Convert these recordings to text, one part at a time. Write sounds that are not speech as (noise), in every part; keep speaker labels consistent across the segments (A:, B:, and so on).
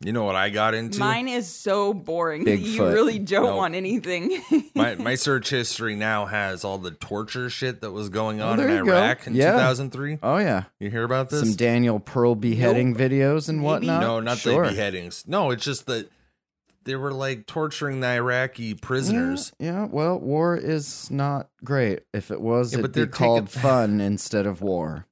A: You know what I got into?
B: Mine is so boring. that You
C: Bigfoot.
B: really don't
A: No.
B: want anything. (laughs)
A: my my search history now has all the torture shit that was going on in
C: there you go.
A: Iraq in
C: Yeah.
A: 2003.
C: Oh yeah,
A: You hear about this?
C: some Daniel Pearl beheading videos and whatnot.
A: no, not
C: sure.
A: the beheadings. No, it's just that they were like torturing the Iraqi prisoners.
C: Yeah, yeah, well, war is not great. If it was,
A: Yeah, but
C: it'd be
A: they're taking-
C: called fun instead of war.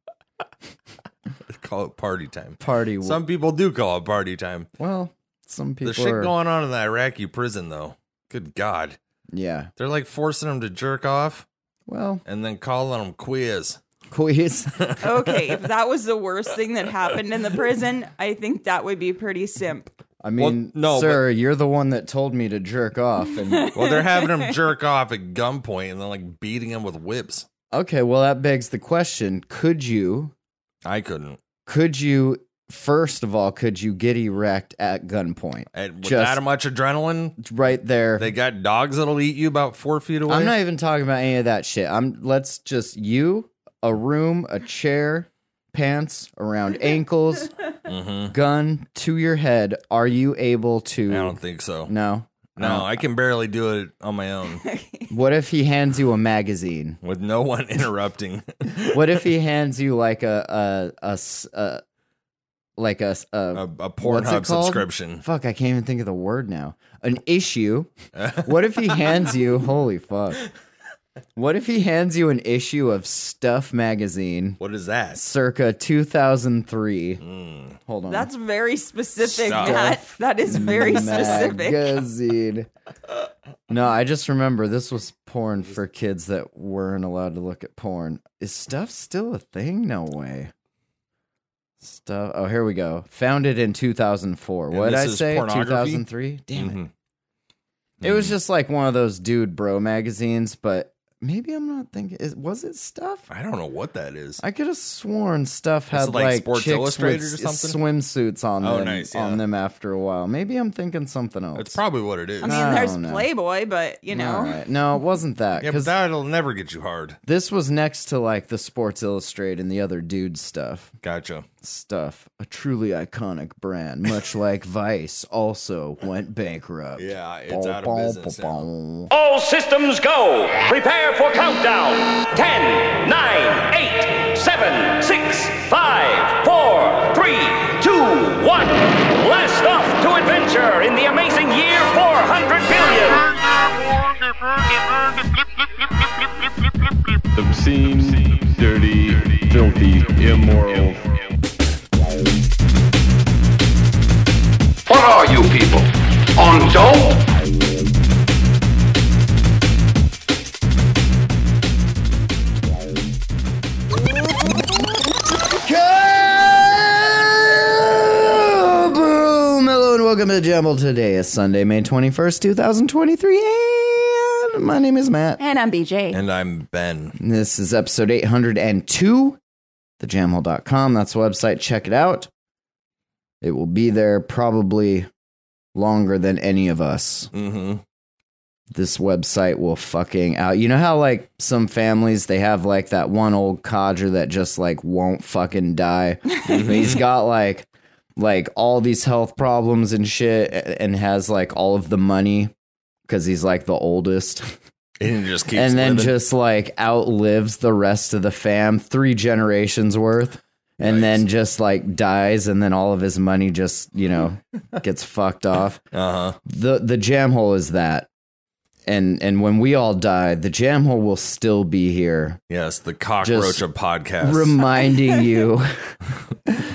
A: Call it party time.
C: Party. war.
A: Some people do call it party time.
C: well, some people
A: the shit
C: are.
A: going on in the Iraqi prison, though. Good God,
C: yeah.
A: they're like forcing them to jerk off
C: Well, (laughs)
A: and then calling them quiz.
C: quiz.
B: okay, if that was the worst thing that happened in the prison, I think that would be pretty simp. (laughs)
C: I mean,
A: no,
C: sir, you're the one that told me to jerk off.
A: (laughs)
C: And
A: Well, they're having them
C: (laughs)
A: jerk off at gunpoint and then like beating them with whips.
C: okay, well, that begs the question: Could you?
A: I couldn't.
C: Could you? First of all, could you get erect at gunpoint?
A: And with
C: Just-
A: that much adrenaline,
C: Right there.
A: They got dogs that'll eat you about four feet away.
C: I'm not even talking about any of that shit. I'm let's just you, a room, a chair, pants around ankles,
A: Mhm.
C: gun to your head. Are you able
A: I
C: to
A: don't think so. No,
C: No.
A: I can barely do it on my own
C: What if he hands you a magazine?
A: with no one (laughs) interrupting.
C: What if he hands you like a a a, s- a- like a, s-
A: A,
C: a
A: a
C: (laughs) what's it
A: Pornhub
C: called?
A: subscription.
C: Fuck, I can't even think of the word now. An
A: (laughs)
C: issue. What if he hands you holy fuck? What if he hands you an issue of Stuff magazine?
A: What is that?
C: circa 2003. Hold on.
B: That's very specific,
A: Stop.
B: Matt. That is very specific. (laughs)
C: magazine. no, I just remember this was porn for kids that weren't allowed to look at porn. Is stuff still a thing? No way. Stuff. Oh, here we go. Founded in 2004.
A: And
C: What did
A: this
C: I
A: is
C: say?
A: pornography? Mm-hmm.
C: 2003. Damn it.
A: Mhm.
C: It was just like one of those dude bro magazines, but maybe I'm not thinking. Is, was it stuff?
A: Mm. I don't know what that is.
C: I could have sworn stuff had
A: it like
C: like,
A: Sports
C: chicks
A: Illustrated
C: with
A: or something?
C: swimsuits on
A: Oh,
C: them
A: nice,
C: on
A: yeah.
C: them after a while. Maybe I'm thinking something else.
A: That's probably what it is.
B: I
C: No,
B: mean, there's
C: no.
B: Playboy, but you know,
C: All right. No, it wasn't that.
A: yeah, but
C: 'cause
A: that'll never get you hard.
C: this was next to like the Sports Illustrated and the other dude stuff.
A: Gotcha.
C: Stuff. A truly iconic
A: (laughs)
C: brand, much like Vice, also went bankrupt.
A: Yeah, it's out of business now.
D: All systems go. Prepare for countdown. 10, 9, 8, 7, 6, 5, 4, 3, 2, 1. Blast off to adventure in the amazing year 400 billion.
E: obscene, dirty, filthy, immoral.
F: What are you people? On dope?
C: Kaboom! Hello and welcome to the Jumble. Today is Sunday, May 21st, 2023. And my name is Matt.
B: and I'm BJ.
A: And I'm Ben.
C: This is episode 802, thejamhole.com. That's the website. Check it out. It will be there probably longer than any of us.
A: Mm-hmm.
C: This website will fucking out. You know how, like, some families, they have, like, that one old codger that just, like, won't fucking die?
A: Mm-hmm.
C: He's got, like, like all these health problems and shit a- and has like all of the money because he's like the oldest
A: And it just keeps
C: and then
A: living.
C: just like outlives the rest of the fam, three generations worth, and then just like dies, and then all of his money just you know gets fucked off.
A: uh-huh.
C: the The jam hole is that, and and when we all die, the jam hole will still be here,
A: Yes, the cockroach of podcasts. (laughs)
C: reminding you.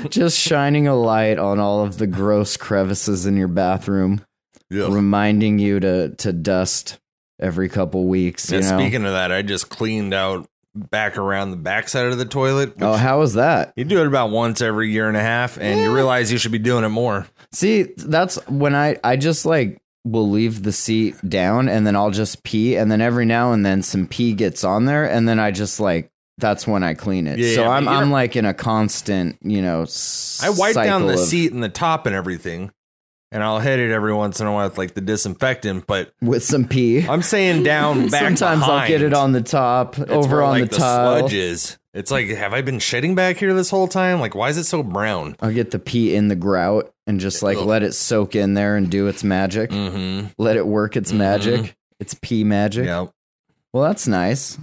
C: Just shining a light on all of the gross crevices in your bathroom,
A: Yeah.
C: reminding you to to dust every couple weeks. You
A: Yeah,
C: know?
A: Speaking of that, I just cleaned out back around the backside of the toilet. which
C: oh, how was that?
A: You do it about once every year and a half, and you realize you should be doing it more.
C: See, that's when I I just like will leave the seat down and then I'll just pee and then every now and then some pee gets on there and then I just like that's when I clean it.
A: Yeah,
C: so
A: yeah,
C: I'm
A: but you
C: I'm
A: don't-
C: like in a constant, you know, s-
A: I wipe down
C: cycle
A: the
C: of-
A: seat and the top and everything, and I'll hit it every once in a while with like the disinfectant. But
C: with some pee.
A: I'm saying down (laughs) back.
C: (laughs) Sometimes I'll get
A: behind.
C: it on the top,
A: It's
C: over
A: where,
C: on
A: like,
C: the tile.
A: sludge is. It's like, have I been shitting back here this whole time? Like, why is it so brown?
C: I'll get the pee in the grout and just like
A: Ugh.
C: let it soak in there and do its magic.
A: Mm-hmm.
C: Let it work its
A: Mhm.
C: magic. It's pee magic.
A: Yeah.
C: Well, that's nice.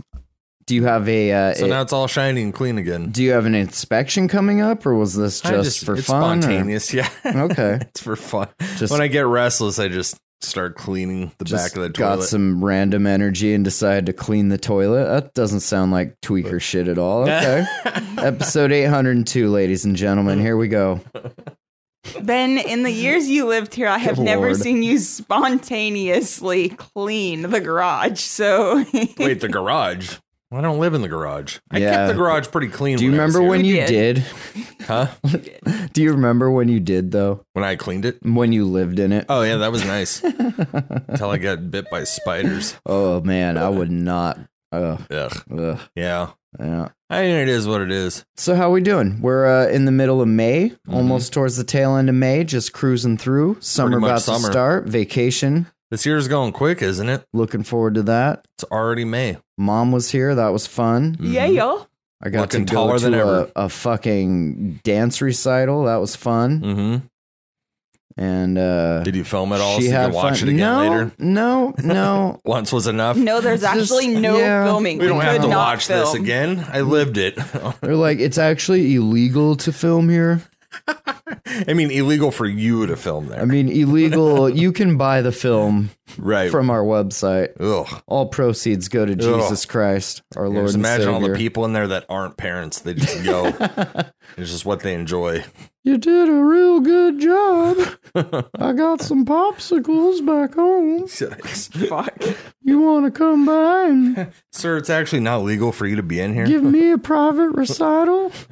C: Do you have a uh,
A: So
C: i-
A: now it's all shiny and clean again.
C: do you have an inspection coming up or was this
A: I
C: just, for
A: it's
C: fun? or-
A: spontaneous. (laughs) Yeah.
C: (laughs) Okay.
A: it's (laughs) for fun.
C: Just-
A: when I get restless, I just start cleaning the
C: Just
A: back of the
C: got
A: toilet. (laughs)
C: some random energy and decided to clean the toilet. That doesn't sound like tweaker shit
A: (laughs)
C: at all. Okay. Episode 802, ladies and gentlemen. Here we go.
B: Ben, in the years you lived here, I have never
C: Lord.
B: seen you spontaneously clean the garage. So (laughs)
A: Wait, the garage. I don't live in the garage. I
C: Yeah.
A: kept the garage pretty clean.
C: Do you
A: I was
C: remember
A: here.
C: when
B: You
C: you did?
A: Huh?
C: Do you remember when you did though?
A: When I cleaned it?
C: When you lived in it?
A: Oh yeah, that was
C: (laughs)
A: nice. Until I got bit by spiders.
C: Oh man, I would not. Ugh,
A: Ugh.
C: ugh,
A: Yeah.
C: yeah.
A: I mean, it is what it is.
C: So how we doing? We're uh, in the middle of May, almost towards the tail end of May, just cruising through. Summer
A: Mm-hmm. Pretty much
C: about to
A: summer.
C: start. Vacation.
A: This year's going quick, isn't it?
C: Looking forward to that.
A: It's already May.
C: Mom was here. That was fun.
A: Mm-hmm.
B: yeah, yo.
C: I got
A: Looking
C: to go
A: taller
C: to
A: than
C: a,
A: ever.
C: a fucking dance recital. That was fun.
A: Mm-hmm.
C: And uh,
A: Did you film it all
C: she
A: so you
C: had
A: can watch
C: fun.
A: it again
C: no,
A: later?
C: No,
A: (laughs)
C: no.
A: Once was enough.
B: No, there's
C: Just-
B: actually no
C: yeah.
B: filming.
A: we don't have
B: could
A: to
B: not
A: watch this
B: film.
A: again. I lived it. (laughs)
C: They're like, it's actually illegal to film here.
A: I mean, illegal for you to film there,
C: I
A: (laughs)
C: mean, illegal. you can buy the film
A: right?
C: from our website.
A: Ugh.
C: All proceeds go to Jesus Christ, our Lord
A: Just
C: and
A: imagine
C: Savior.
A: all the people in there that aren't parents. They just go.
C: (laughs)
A: it's just what they enjoy.
C: You did a real
A: (laughs)
C: good job. I got some popsicles back home.
B: Fuck.
C: You want to come by and
A: Sir, it's actually not legal for you to be in here.
C: give me a private recital? (laughs)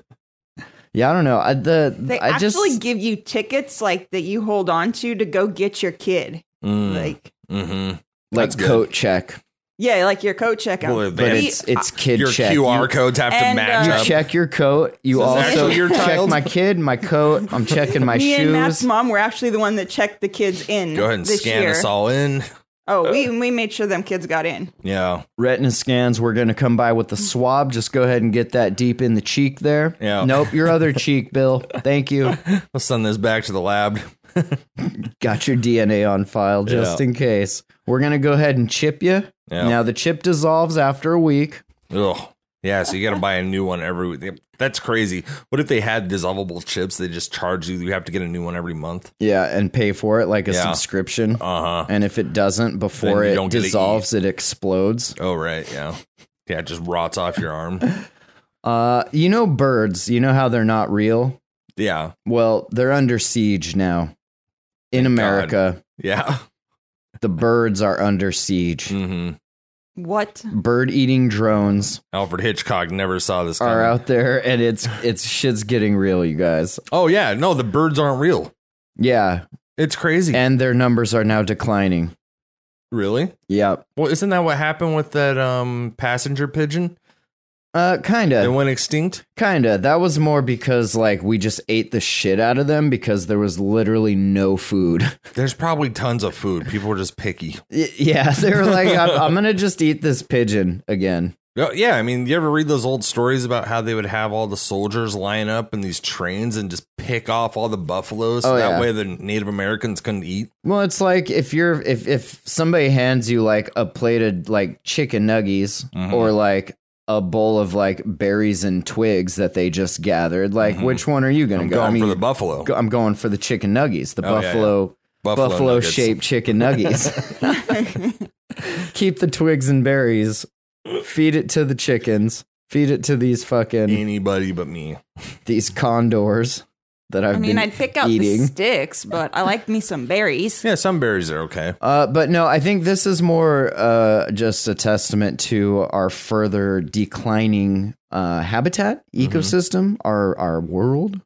C: Yeah, I don't know. I the
B: They
C: I just
B: actually give you tickets like that you hold on to to go get your kid.
A: Mm.
B: Like
A: mm-hmm.
C: like
A: that's good.
C: coat check,
B: yeah, like your coat checkout.
A: Well,
C: but
A: Man,
C: it's it's kid
A: Your
C: check.
A: QR
C: You-
A: codes have to
B: and,
A: match
B: uh,
A: up.
C: check your coat. You
A: So it's
C: also
A: actually your
C: check
A: child?
C: my kid, my coat. I'm checking
B: (laughs)
C: my
B: me and Matt's
C: shoes.
B: mom were actually the one that checked the kids in.
A: Go ahead and
B: this
A: scan
B: year.
A: us all Uh. in.
B: Oh, we we made sure them kids got in.
A: Yeah,
C: Retina scans. We're gonna come by with the swab. Just go ahead and get that deep in the cheek there.
A: Yeah.
C: Nope,
A: (laughs)
C: your other cheek, Bill. Thank you.
A: let's send this back to the lab.
C: Got your DNA on file just
A: Yeah.
C: in case. We're gonna go ahead and chip you.
A: Yeah.
C: Now the chip dissolves after a week.
A: Ugh. Yeah, so you got to buy a new one every week. That's crazy. What if they had dissolvable chips? They just charge you. You have to get a new one every month.
C: Yeah, and pay for it like a
A: Yeah.
C: subscription.
A: Uh huh.
C: And if it doesn't before
A: Then you
C: it
A: don't get to
C: dissolves, it explodes.
A: Oh right. Yeah. Yeah. It just rots off your arm.
C: Uh, you know birds. You know how they're not real.
A: Yeah.
C: Well, they're under siege now. In America,
A: Yeah.
C: the birds are under siege.
A: hmm
B: (laughs) What?
C: Bird eating drones
A: Alfred Hitchcock never saw this.
C: are
A: coming.
C: out there and
A: (laughs)
C: it's it's shit's getting real, you guys.
A: Oh yeah. No, the birds aren't real.
C: Yeah.
A: It's crazy.
C: And their numbers are now declining.
A: really?
C: Yep.
A: Well, isn't that what happened with that um passenger pigeon?
C: Uh
A: They
C: kinda.
A: went extinct.
C: Kinda. That was more because like we just ate the shit out of them because there was literally no food. (laughs)
A: There's probably tons of food. People are just picky.
C: Y- yeah, (laughs) they were
A: (laughs)
C: like, I'm, I'm gonna just eat this pigeon again.
A: Yeah, Yeah, I mean, you ever read those old stories about how they would have all the soldiers line up in these trains and just pick off all the buffaloes so
C: Oh,
A: that
C: yeah.
A: way the Native Americans couldn't eat?
C: Well, it's like if you're if if somebody hands you like a plate of like chicken nuggies
A: Mhm.
C: or like a bowl of like berries and twigs that they just gathered, like
A: Mhm.
C: which one are you gonna
A: I'm
C: go?
A: going
C: I mean,
A: for the buffalo.
C: go- I'm going for the chicken nuggies, the
A: Oh, yeah, yeah.
C: buffalo
A: buffalo
C: buffalo
A: nuggets.
C: shaped
A: (laughs)
C: chicken nuggies. (laughs) Keep the twigs and berries, feed it to the chickens, feed it to these fucking
A: Anybody but me.
C: these condors that I've
B: I mean,
C: been
B: I'd pick out
C: eating.
B: the sticks, but I like me some berries.
A: Yeah, some berries are okay.
C: Uh, but no, I think this is more uh, just a testament to our further declining uh, habitat,
A: Mm-hmm.
C: ecosystem, our our world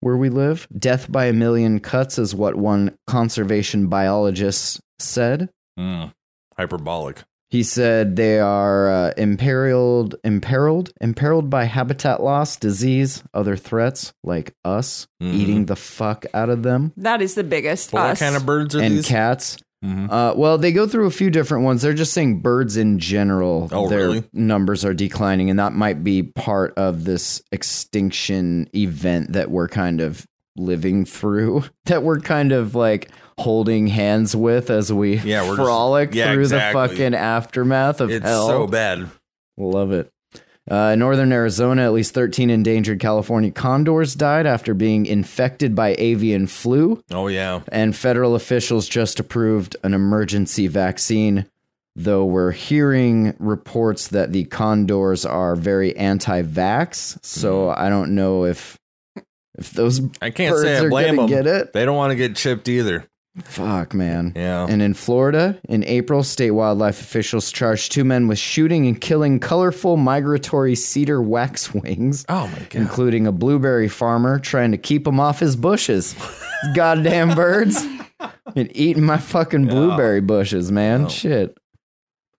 C: where we live. Death by a million cuts is what one conservation biologist said.
A: Mm. Hyperbolic.
C: He said they are uh, imperiled, imperiled, imperiled by habitat loss, disease, other threats like us
A: Mhm.
C: eating the fuck out of them
B: That is the biggest.
A: But what
B: us.
A: kind of birds are
C: and
A: these? Mm-hmm.
C: cats. Uh, well, they go through a few different ones. They're just saying birds in general,
A: Oh,
C: their
A: really?
C: numbers are declining, and that might be part of this extinction event that we're kind of living through, (laughs) that we're kind of like holding hands with as we
A: Yeah, we're just-
C: frolic
A: yeah,
C: through
A: exactly.
C: the fucking aftermath of
A: It's
C: hell.
A: so bad.
C: Love it. Uh, in northern Arizona, at least 13 endangered California condors died after being infected by avian flu,
A: Oh yeah.
C: and federal officials just approved an emergency vaccine. Though we're hearing reports that the condors are very anti-vax, so I don't know if if those
A: I can't
C: birds
A: say I
C: are
A: blame
C: gonna
A: them.
C: get it.
A: They don't want to get chipped either.
C: Fuck, man.
A: Yeah.
C: And in Florida, in April, state wildlife officials charged two men with shooting and killing colorful migratory cedar (laughs) waxwings,
A: Oh my god.
C: including a blueberry farmer trying to keep him off his bushes.
A: (laughs)
C: Goddamn birds. And eating my fucking blueberry bushes, man. Shit.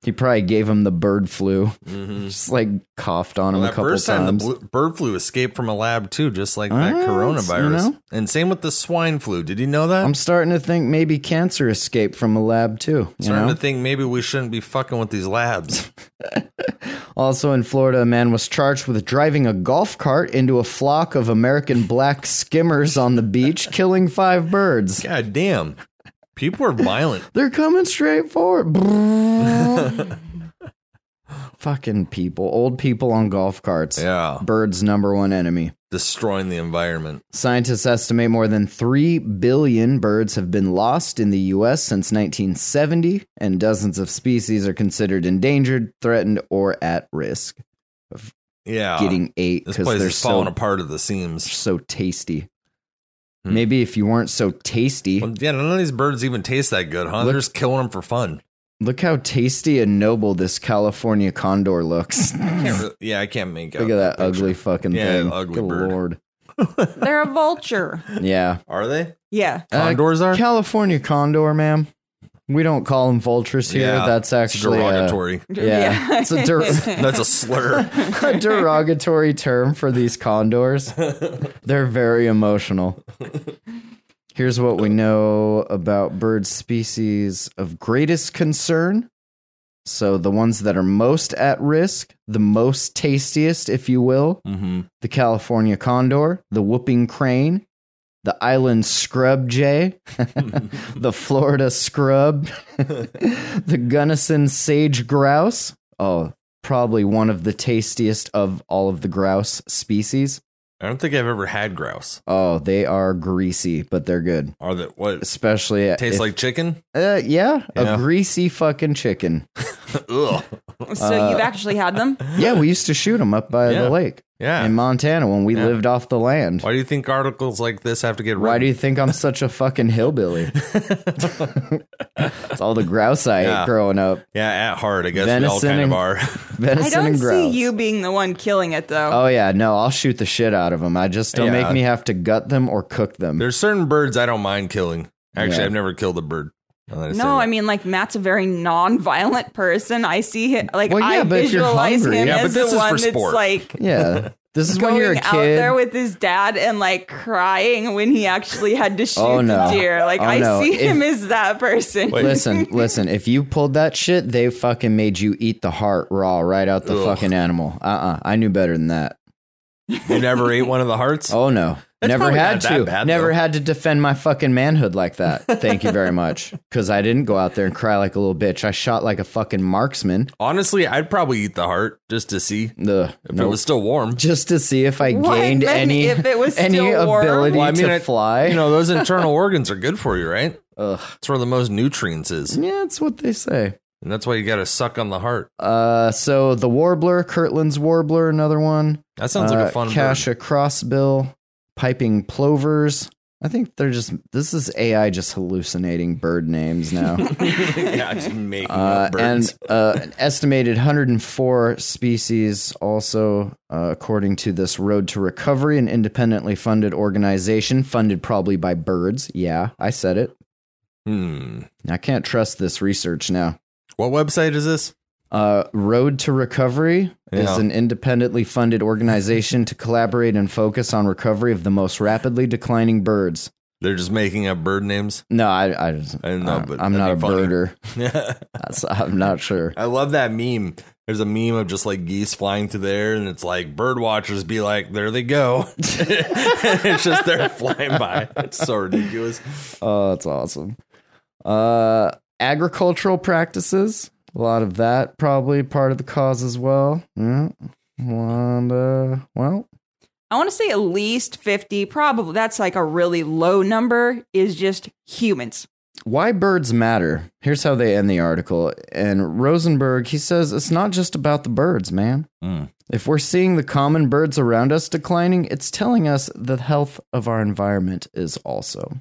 C: He probably gave him the bird flu. Just like coughed on him
A: Mm-hmm. Well,
C: a
A: that
C: couple
A: first time
C: times.
A: the blu- bird flu escaped from a lab too, just like that
C: Ah, it's-
A: coronavirus.
C: you know.
A: And same with the swine flu. Did you know that?
C: I'm starting to think maybe cancer escaped from a lab too. You
A: starting
C: know?
A: to think maybe we shouldn't be fucking with these
C: (laughs)
A: labs.
C: Also in Florida, a man was charged with driving a golf cart into a flock of American black skimmers on the beach, killing five birds.
A: God damn. People are
C: (laughs)
A: violent.
C: They're coming straight forward.
A: (laughs)
C: Brrrr. Fucking people. Old people on golf carts.
A: Yeah.
C: Birds' number one enemy.
A: Destroying the environment.
C: Scientists estimate more than 3 billion birds have been lost in the U.S. since 1970, and dozens of species are considered endangered, threatened, or at risk.
A: Yeah.
C: Getting ate
A: Ah, this
C: because
A: place
C: they're
A: is falling
C: so
A: apart at the seams.
C: so tasty.
A: Hmm.
C: Maybe if you weren't so tasty,
A: Well, yeah, none of these birds even taste that good, huh?
C: Look-
A: They're just killing them for fun.
C: look how tasty and noble this California condor looks. (laughs)
A: I
C: look
A: can't really- yeah, I can't make out
C: at that
A: picture.
C: ugly fucking
A: Yeah,
C: thing.
A: ugly
C: Good
A: bird.
C: lord.
B: They're a vulture.
C: Yeah.
A: Are they?
B: Yeah.
A: (laughs)
C: Uh,
A: Condors are?
C: California condor, ma'am. We don't call them vultures here.
A: Yeah,
C: That's
A: It's
C: actually uh, (laughs)
A: derogatory.
C: yeah, it's
A: (laughs)
C: a der- (laughs)
A: That's a slur.
C: a derogatory term for these
A: (laughs)
C: condors. They're very emotional. Here's what we know about bird species of greatest concern. So, the ones that are most at risk, the most tastiest, if you will,
A: mm-hmm.
C: the California condor, the whooping crane, the island scrub jay, (laughs) the Florida scrub, (laughs) the Gunnison sage grouse. Oh, probably one of the tastiest of all of the grouse species.
A: I don't think I've ever had grouse.
C: Oh, they are greasy, but they're good.
A: Are they what?
C: Especially
A: Tastes
C: if-
A: like chicken?
C: uh, yeah,
A: Yeah.
C: a greasy fucking chicken.
A: Ugh.
B: so
A: Uh,
B: you've actually had them?
C: Yeah, we used to shoot them up
A: (laughs)
C: by
A: Yeah.
C: the lake
A: Yeah.
C: in Montana when we
A: Yeah.
C: lived off the land.
A: Why do you think articles like this have to get
C: Why do
A: written?
C: you think I'm such a fucking hillbilly? it's all the grouse I
A: Yeah.
C: ate growing up.
A: yeah, at heart, I guess we all
C: Venison
A: kind of
C: and-
A: are. (laughs)
C: Venison
B: I don't
C: and grouse.
B: see you being the one killing it though.
C: Oh yeah, no, I'll shoot the shit out of them. I just don't
A: Yeah.
C: make me have to gut them or cook them.
A: There's certain birds I don't mind killing. Actually,
C: Yeah.
A: I've never killed a bird. now that say
B: no,
A: that.
B: I mean like Matt's a very non-violent person. I see him like
C: Well, yeah,
B: I
C: but if you're
B: visualize
C: hungry-
B: him
A: Yeah, but
B: as
A: this
B: the
A: is for
B: one that's
A: sport.
B: like
A: (laughs)
C: yeah, this is when
B: going
C: you're a
B: out there
C: kid.
B: with his dad and like crying when he actually had to shoot
C: (laughs) Oh, no.
B: the deer. Like
C: Oh,
B: I
C: no.
B: see
C: If-
B: him as that person.
C: listen, listen. If you pulled that shit, they fucking made you eat the heart raw right out the
A: Ugh.
C: fucking animal. Uh uh I knew better than that.
A: you never ate one of the hearts.
C: (laughs) Oh no.
A: That's
C: Never
A: probably
C: had
A: not that
C: to.
A: bad,
C: Never
A: though.
C: had to defend my fucking manhood
A: (laughs)
C: like that. Thank you very much. Because I didn't go out there and cry like a little bitch. I shot like a fucking marksman.
A: Honestly, I'd probably eat the heart just to see
C: Ugh,
A: if it
C: nope.
A: was still warm.
C: just to see if I
B: What?
C: gained
B: Then
C: any
B: if it was
C: any
B: still warm?
C: ability
A: Well, I mean,
C: to
A: it-
C: fly.
A: You know, those internal (laughs) organs are good for you, right?
C: Ugh.
A: That's where the most nutrients is, and
C: Yeah, that's what they say.
A: that's why you got to suck on the heart.
C: Uh, so the warbler, Kirtland's warbler, another one.
A: That sounds like
C: Uh,
A: a fun
C: Cassia crossbill, piping plovers. I think they're just this is AI just hallucinating bird names
A: (laughs)
C: now.
A: bird. (laughs) yeah, just making
C: Uh,
A: up birds. (laughs)
C: and uh, an estimated 104 species, also uh, according to this Road to Recovery, an independently funded organization funded probably by birds. Yeah, I said it.
A: hmm.
C: I can't trust this research now.
A: What website is this?
C: Uh, Road to Recovery
A: Yeah.
C: is an independently funded organization to collaborate and focus on recovery of the most rapidly declining birds.
A: They're just making up bird names.
C: No, I, I just,
A: I don't know, but
C: Uh, I'm
A: that'd
C: not a
A: be funny.
C: birder.
A: (laughs)
C: That's, I'm not sure.
A: I love that meme. There's a meme of just like geese flying to there, and it's like bird watchers be like, "There they go." (laughs) it's just they're flying by. It's so ridiculous.
C: Oh, that's awesome. Uh, agricultural practices. A lot of that probably part of the cause as well. Yeah. And, uh, well,
B: I want to say at least 50, probably that's like a really low number, is just humans.
C: why birds matter. Here's how they end the article. And Rosenberg, he says it's not just about the birds, man.
A: Mm.
C: If we're seeing the common birds around us declining, it's telling us the health of our environment is also.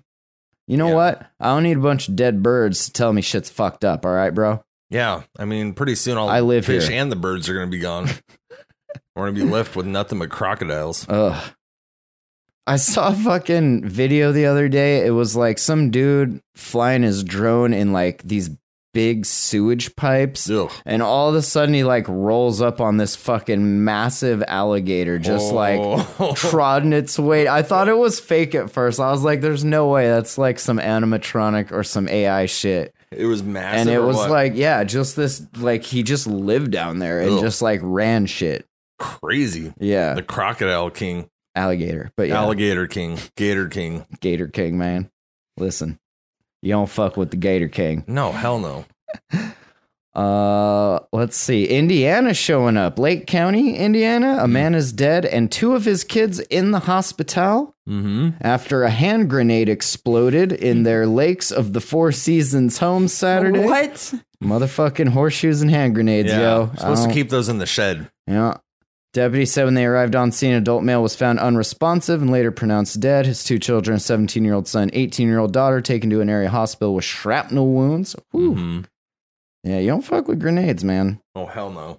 C: You know
A: Yeah.
C: what? I don't need a bunch of dead birds to tell me shit's fucked up, all right, bro?
A: Yeah, I mean, pretty soon all
C: I
A: the
C: live
A: fish
C: here.
A: and the birds are gonna be
C: (laughs)
A: gone. We're gonna be left with nothing but crocodiles.
C: Ugh. I saw a fucking video the other day. It was like some dude flying his drone in like these big sewage pipes.
A: Ugh.
C: And all of a sudden he like rolls up on this fucking massive alligator just like
A: Oh.
C: trodden its way. I thought it was fake at first. I was like, there's no way that's like some animatronic or some AI shit.
A: (laughs) it was massive.
C: and it
A: or
C: was
A: what?
C: like, yeah, just this like he just lived down there and
A: Ugh.
C: just like ran shit.
A: crazy.
C: Yeah.
A: The crocodile king,
C: alligator. But yeah.
A: alligator king, gator king.
C: Gator King, man. Listen, you don't fuck with the Gator King.
A: No, hell no.
C: Uh, let's see. Indiana showing up. Lake County, Indiana. A man is dead and two of his kids in the hospital
A: Mm-hmm.
C: after a hand grenade exploded in their Lakes of the Four Seasons home Saturday.
B: What?
C: Motherfucking horseshoes and hand grenades,
A: Yeah,
C: yo. I
A: supposed to
C: don't-
A: keep those in the shed.
C: Yeah. Deputy said when they arrived on scene, an adult male was found unresponsive and later pronounced dead. His two children, 17 year old son, 18 year old daughter, taken to an area hospital with shrapnel wounds. Whew.
A: Mhm.
C: Yeah, you don't fuck with grenades, man.
A: Oh hell no.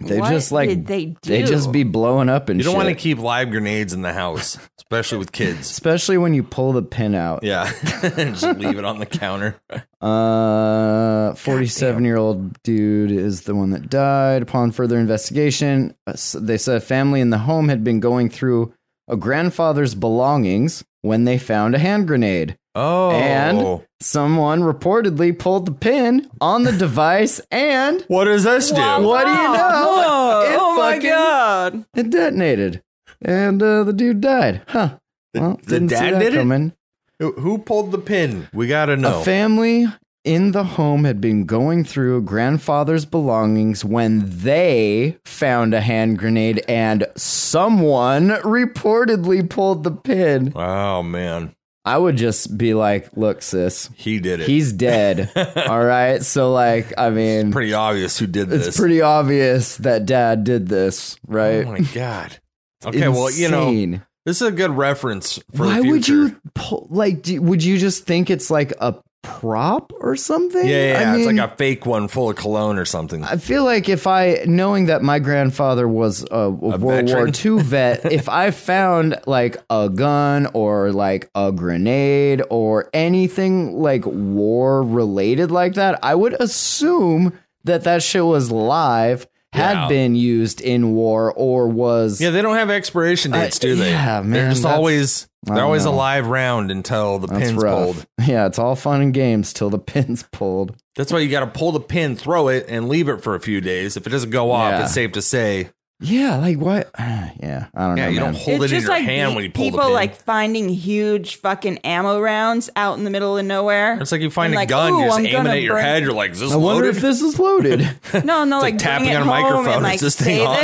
C: They
B: What
C: just like
B: did they do?
C: just be blowing up and
A: You don't
C: shit.
A: want to keep live grenades in the house, especially with
C: (laughs)
A: kids.
C: Especially when you pull the pin out.
A: Yeah, (laughs) just leave it on the counter.
C: Uh, 47 year old dude is the one that died. Upon further investigation, uh, s- they said a family in the home had been going through a grandfather's belongings when they found a hand grenade.
A: Oh,
C: And someone reportedly pulled the pin on the device and
A: what does this do?
C: what do you
B: Wow.
C: know?
B: Whoa.
C: It
B: oh my
C: fucking-
B: god.
C: it detonated. And uh, the dude died. Huh. Well,
A: the
C: didn't see
A: dad
C: that
A: did it?
C: coming.
A: Who- Who pulled the pin? We gotta know.
C: A family in the home had been going through grandfather's belongings when they found a hand grenade and someone reportedly pulled the pin.
A: oh man,
C: I would just be like, look, sis,
A: he did it.
C: he's dead.
A: (laughs)
C: All right. So, like, I mean,
A: pretty obvious who did this.
C: it's pretty obvious that dad did this, right?
A: Oh my god. Okay, well you know
C: Insane.
A: this is a good reference for
C: why
A: the
C: would
A: future.
C: you pull, like, do, would you just think it's like a prop or something?
A: Yeah, yeah,
C: I
A: yeah.
C: mean-
A: it's like a fake one full of cologne or something.
C: I feel like if I, knowing that my grandfather was a, a World
A: veteran? (laughs)
C: War II vet, if I found like a gun or like a grenade or anything like war related like that, I would assume that that shit was live, had
A: Yeah.
C: been used in war, or was.
A: yeah, they don't have expiration dates, do they?
C: yeah,
A: They're
C: man,
A: just
C: that's-
A: always
C: I
A: they're
C: don't
A: always
C: know.
A: a live round until the
C: That's
A: pin's
C: rough.
A: pulled.
C: (laughs) Yeah, it's all fun and games till the (laughs) pin's pulled.
A: That's why you got to pull the pin, throw it, and leave it for a few days. If it doesn't go off,
C: Yeah.
A: it's safe to say,
C: Yeah, like what? (sighs) Yeah, I don't
A: yeah,
C: know.
A: you
C: man.
A: don't hold it in your hand
B: pe-
A: when you pull the
B: people
A: pin.
B: like finding huge fucking ammo rounds out in the middle of nowhere.
A: it's like you find
B: and
A: a
B: like,
A: gun,
B: ooh,
A: you just
B: I'm
A: aim it
B: gonna
A: at your
B: burn-
A: head. You're like, is this
C: I wonder
A: loaded?
C: if this is
A: (laughs)
C: loaded.
B: (laughs) No, no,
A: like
B: like,
A: tapping
B: bring it
A: on a microphone,
B: home
A: is
B: and like
A: this thing
B: save
A: on?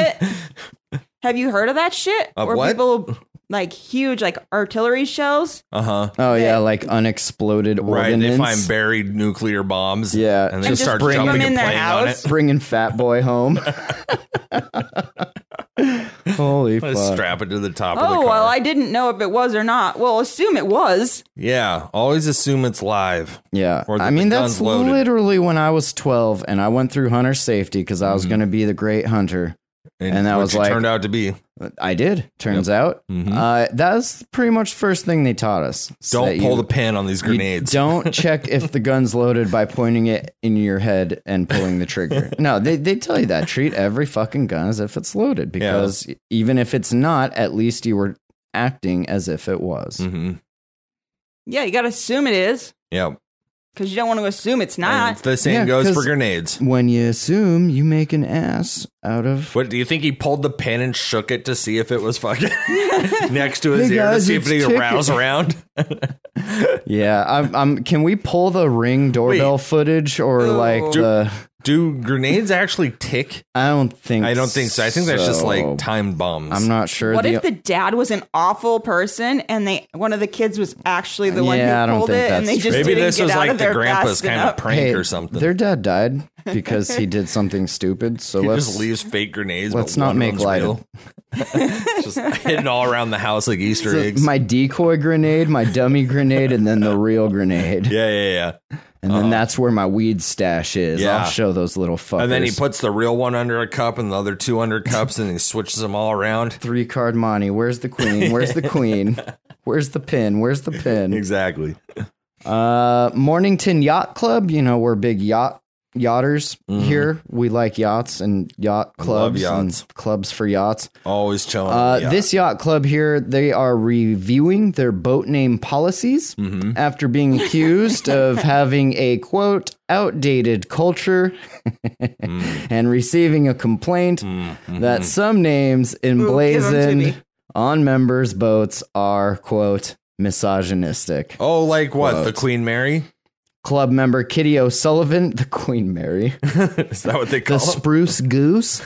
B: it.
A: (laughs)
B: Have you heard of that shit?
A: Of
B: Where
A: what?
B: people like huge like artillery shells.
A: uh huh.
C: Oh yeah, like unexploded
A: Right,
C: ordnance.
A: they find buried nuclear bombs.
C: Yeah.
A: and they
C: And
B: just
A: start
B: bring 'em
A: jumping
B: in
A: and
B: their
A: playing on (laughs)
B: house.
A: it.
C: bringing Fat Boy
A: (laughs)
C: home. Holy
A: Let's
C: fuck!
A: strap it to the top of the
B: Oh
A: car.
B: well, I didn't know if it was or not. Well, assume it was.
A: yeah, always assume it's live.
C: yeah,
A: Or that
C: I
A: the
C: mean
A: gun's
C: that's
A: loaded.
C: literally when I was twelve, and I went through hunter safety because I was
A: Mm-hmm.
C: going to be the great hunter. And that
A: which
C: was
A: it
C: like-
A: turned out to be
C: I did. Turns out uh, that's pretty much the first thing they taught us. is
A: Mm-hmm. don't
C: that
A: pull
C: you-
A: the pin on these
C: you
A: grenades. (laughs)
C: don't check if the gun's loaded by pointing it in your head and pulling
A: (laughs)
C: the trigger. No, they, they tell you that. Treat every fucking gun as if it's loaded because
A: Mm-hmm.
C: even if it's not, at least you were acting as if it was.
A: Mhm.
B: Yeah, you got to assume it is
A: Yeah.
B: because you don't want to assume it's
A: And
B: not.
A: the same
C: Yeah,
A: goes for
C: 'cause-
A: grenades.
C: When you assume, you make an ass out of.
A: What do you think he pulled the pin and shook it to see if it was
B: (laughs)
A: fucking (laughs) next to his
C: Hey,
A: ear
C: guys,
A: to see if
C: it's
A: he could
C: ticking.
A: rouse
C: (laughs)
A: around?
C: Yeah, I'm. I'm can we pull the ring doorbell
A: Wait.
C: footage or
B: Ooh.
C: like
B: Do-
C: the?
A: Do grenades actually tick?
C: I don't think.
A: I don't think so. I think that's just
C: so.
A: like time bombs.
C: I'm not sure.
B: What if the dad was an awful person and they one of the kids was actually the one
C: Yeah,
B: who
C: I don't
B: pulled
C: think
B: it and
C: that's
B: they
C: true.
B: just
A: Maybe
B: didn't
A: this
B: get
A: was
B: out
A: like
B: of
A: the
B: there
A: grandpa's
B: fast
A: kind
B: enough?
A: of prank
C: Hey,
A: or something.
C: Their dad died because
B: (laughs)
C: he did something stupid. So
A: He
C: let's
A: just leaves fake grenades.
C: let's
A: but
C: not
A: one of
C: make
A: them's
C: light
A: real. (laughs) just hidden all around the house like Easter
C: So
A: eggs.
C: my decoy grenade, my dummy grenade, and
A: (laughs)
C: then the real grenade.
A: yeah, yeah, yeah.
C: And then that's where my weed stash is.
A: Yeah.
C: I'll show those little fuckers.
A: And then he puts the real one under a cup and the other two under cups, and he switches them all around.
C: three card money. Where's the queen?
A: (laughs)
C: Where's the queen? Where's the pin? Where's the pin?
A: Exactly.
C: Uh, Mornington Yacht Club. You know we're big yacht yachters here. We like yachts and yacht
A: Mm-hmm. love
C: clubs
A: yachts.
C: and clubs for yachts.
A: Always chilling. on
C: Uh,
A: the yacht.
C: This yacht club here, they are reviewing their boat name policies
A: Mm-hmm.
C: after
A: (laughs)
C: being accused of having a quote outdated culture
A: Mm.
C: (laughs) and receiving a complaint
A: Mm-hmm.
C: that some names
B: me.
C: emblazoned on members' boats are quote misogynistic.
A: Oh, like what? The
C: Quote.
A: Queen Mary? (laughs)
C: Club member Kitty O'Sullivan, the Queen Mary.
A: Is that what they
C: The
A: (laughs) call it?
C: Spruce Goose.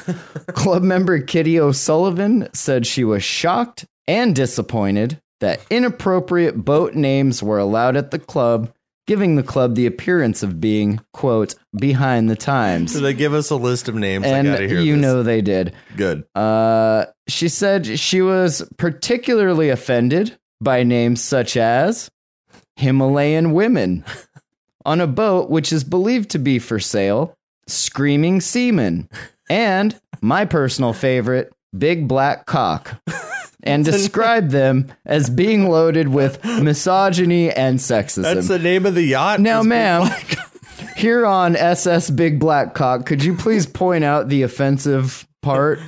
C: Club member Kitty O'Sullivan said she was shocked and disappointed that inappropriate boat names were allowed at the club, giving the club the appearance of being, quote, behind the times.
A: So they give us a list of names. I gotta
C: And
A: hear
C: you
A: this.
C: know they did.
A: good.
C: Uh, she said she was particularly offended by names such as Himalayan women on a boat which is believed to be for sale, screaming seamen, and my personal favorite, big black cock. And described them as being loaded with misogyny and sexism.
A: That's the name of the yacht.
C: Now,
A: Is-
C: ma'am, (laughs) here on SS Big Black Cock, could you please point out the offensive
A: (laughs)
C: part?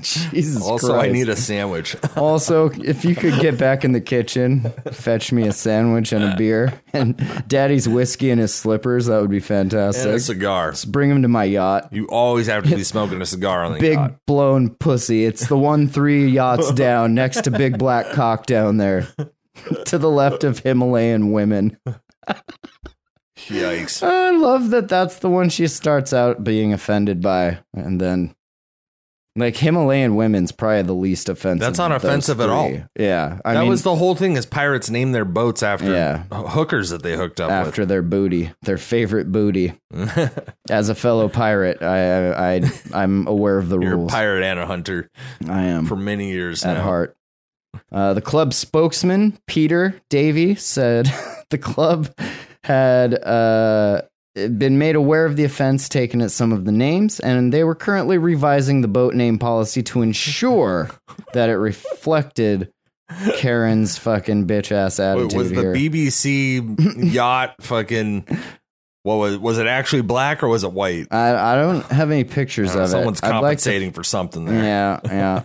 C: Jesus
A: Also,
C: Christ.
A: I
C: (laughs)
A: need a sandwich.
C: also, if you could get back in the kitchen, fetch me a sandwich and a beer, and Daddy's whiskey and his slippers, that would be
A: and a
C: fantastic.
A: cigar.
C: Bring him to my yacht.
A: You always have to
C: (laughs)
A: be smoking a cigar on the
C: Big
A: yacht.
C: blown pussy. It's the one three
A: (laughs)
C: yachts down next to Big Black Cock down there. (laughs) to the left of Himalayan women.
A: Yikes.
C: I love that that's the one she starts out being offended by. And then, like, Himalayan women's probably the least offensive.
A: That's not
C: of those
A: offensive at all.
C: three. Yeah. I
A: that
C: mean,
A: was the whole thing. Is pirates named their boats after
C: Yeah.
A: hookers that they hooked up
C: after their booty, their favorite
A: (laughs)
C: booty.
A: with?
C: As a fellow pirate, I, I, I I'm aware of the
A: You're a
C: rules.
A: pirate and a hunter
C: I am
A: for many years
C: at
A: now.
C: heart. Uh, the club spokesman, Peter Davy, said (laughs) the club had uh, been made aware of the offense taken at some of the names, and they were currently revising the boat name policy to
A: (laughs)
C: ensure that it reflected Karen's fucking bitch ass
A: Wait,
C: attitude.
A: was the
C: here. (laughs)
A: BBC yacht fucking? What was was it actually black or was it white? Uh,
C: I, I don't have any pictures of
A: Someone's
C: it. I'd like to-
A: compensating for something there.
C: yeah,
B: (laughs)
C: yeah. Got-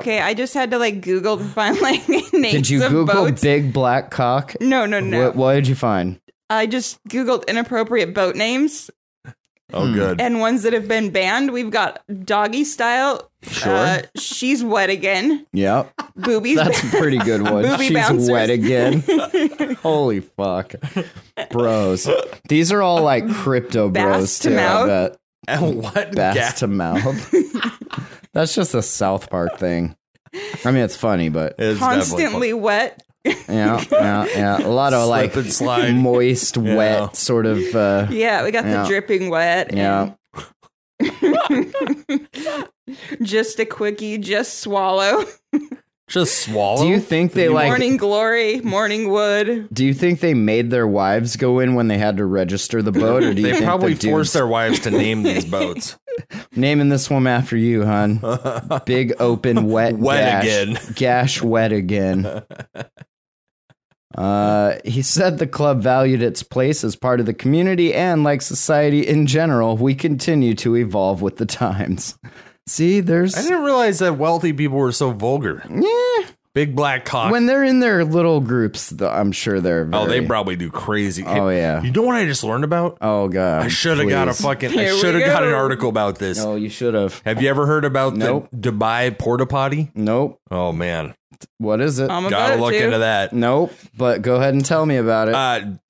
B: Okay, I just had to like Google to find like (laughs) names
C: Did you
B: of
C: Google
B: boats.
C: big black cock?
B: no, no, no.
C: What, what did you find?
B: I just Googled inappropriate boat names
A: Oh,
C: (laughs)
A: good.
B: and ones that have been banned. We've got doggy style. Sure. Uh, she's wet again.
C: Yep.
B: Boobies.
C: That's a (laughs) pretty good one.
B: Booby
C: She's
B: bouncers. (laughs)
C: wet again. Holy fuck. Bros. These are all like crypto bros
B: Bass to
C: too. I
B: mouth.
C: bet.
A: and what
C: Bass
A: gas-
B: (laughs)
C: to mouth. That's just a South Park thing. I mean, it's funny, but
A: It's
B: constantly wet.
C: yeah, yeah, yeah. A lot of
A: Slip
C: like
A: and slide.
C: moist, wet sort of. Uh,
B: Yeah, we got
C: Yeah.
B: the dripping wet.
C: yeah.
B: and Just a quickie. Just swallow.
A: Just swallow.
C: Do you think they like?
B: morning glory. Morning wood.
C: Do you think they made their wives go in when they had to register the boat, or do you
A: they
C: think
A: probably
C: the dudes-
A: forced their wives to name
C: (laughs)
A: these boats.
C: Naming this one after
A: (laughs)
C: you, hon. Big open wet
A: Wet
C: gash,
A: again.
C: Gash
A: (laughs)
C: wet again. Uh, he said the club valued its place as part of the community and like society in general, we continue to evolve with the times. See, there's
A: I didn't realize that wealthy people were so vulgar.
C: yeah,
A: Big black cock.
C: When they're in their little groups, though, I'm sure they're. Very,
A: oh, they probably do crazy.
C: Oh, yeah.
A: You know what I just learned about?
C: Oh god.
A: I should have got a
C: please.
A: fucking. I
B: Here we
A: should have got an
B: go.
A: article about this.
C: No, you should have.
A: Have you ever heard about
C: Nope.
A: the Dubai porta potty?
C: Nope.
A: Oh man,
C: What is it?
B: I'm about
A: gotta
B: to
A: look into that.
C: nope. But go ahead and tell me about it.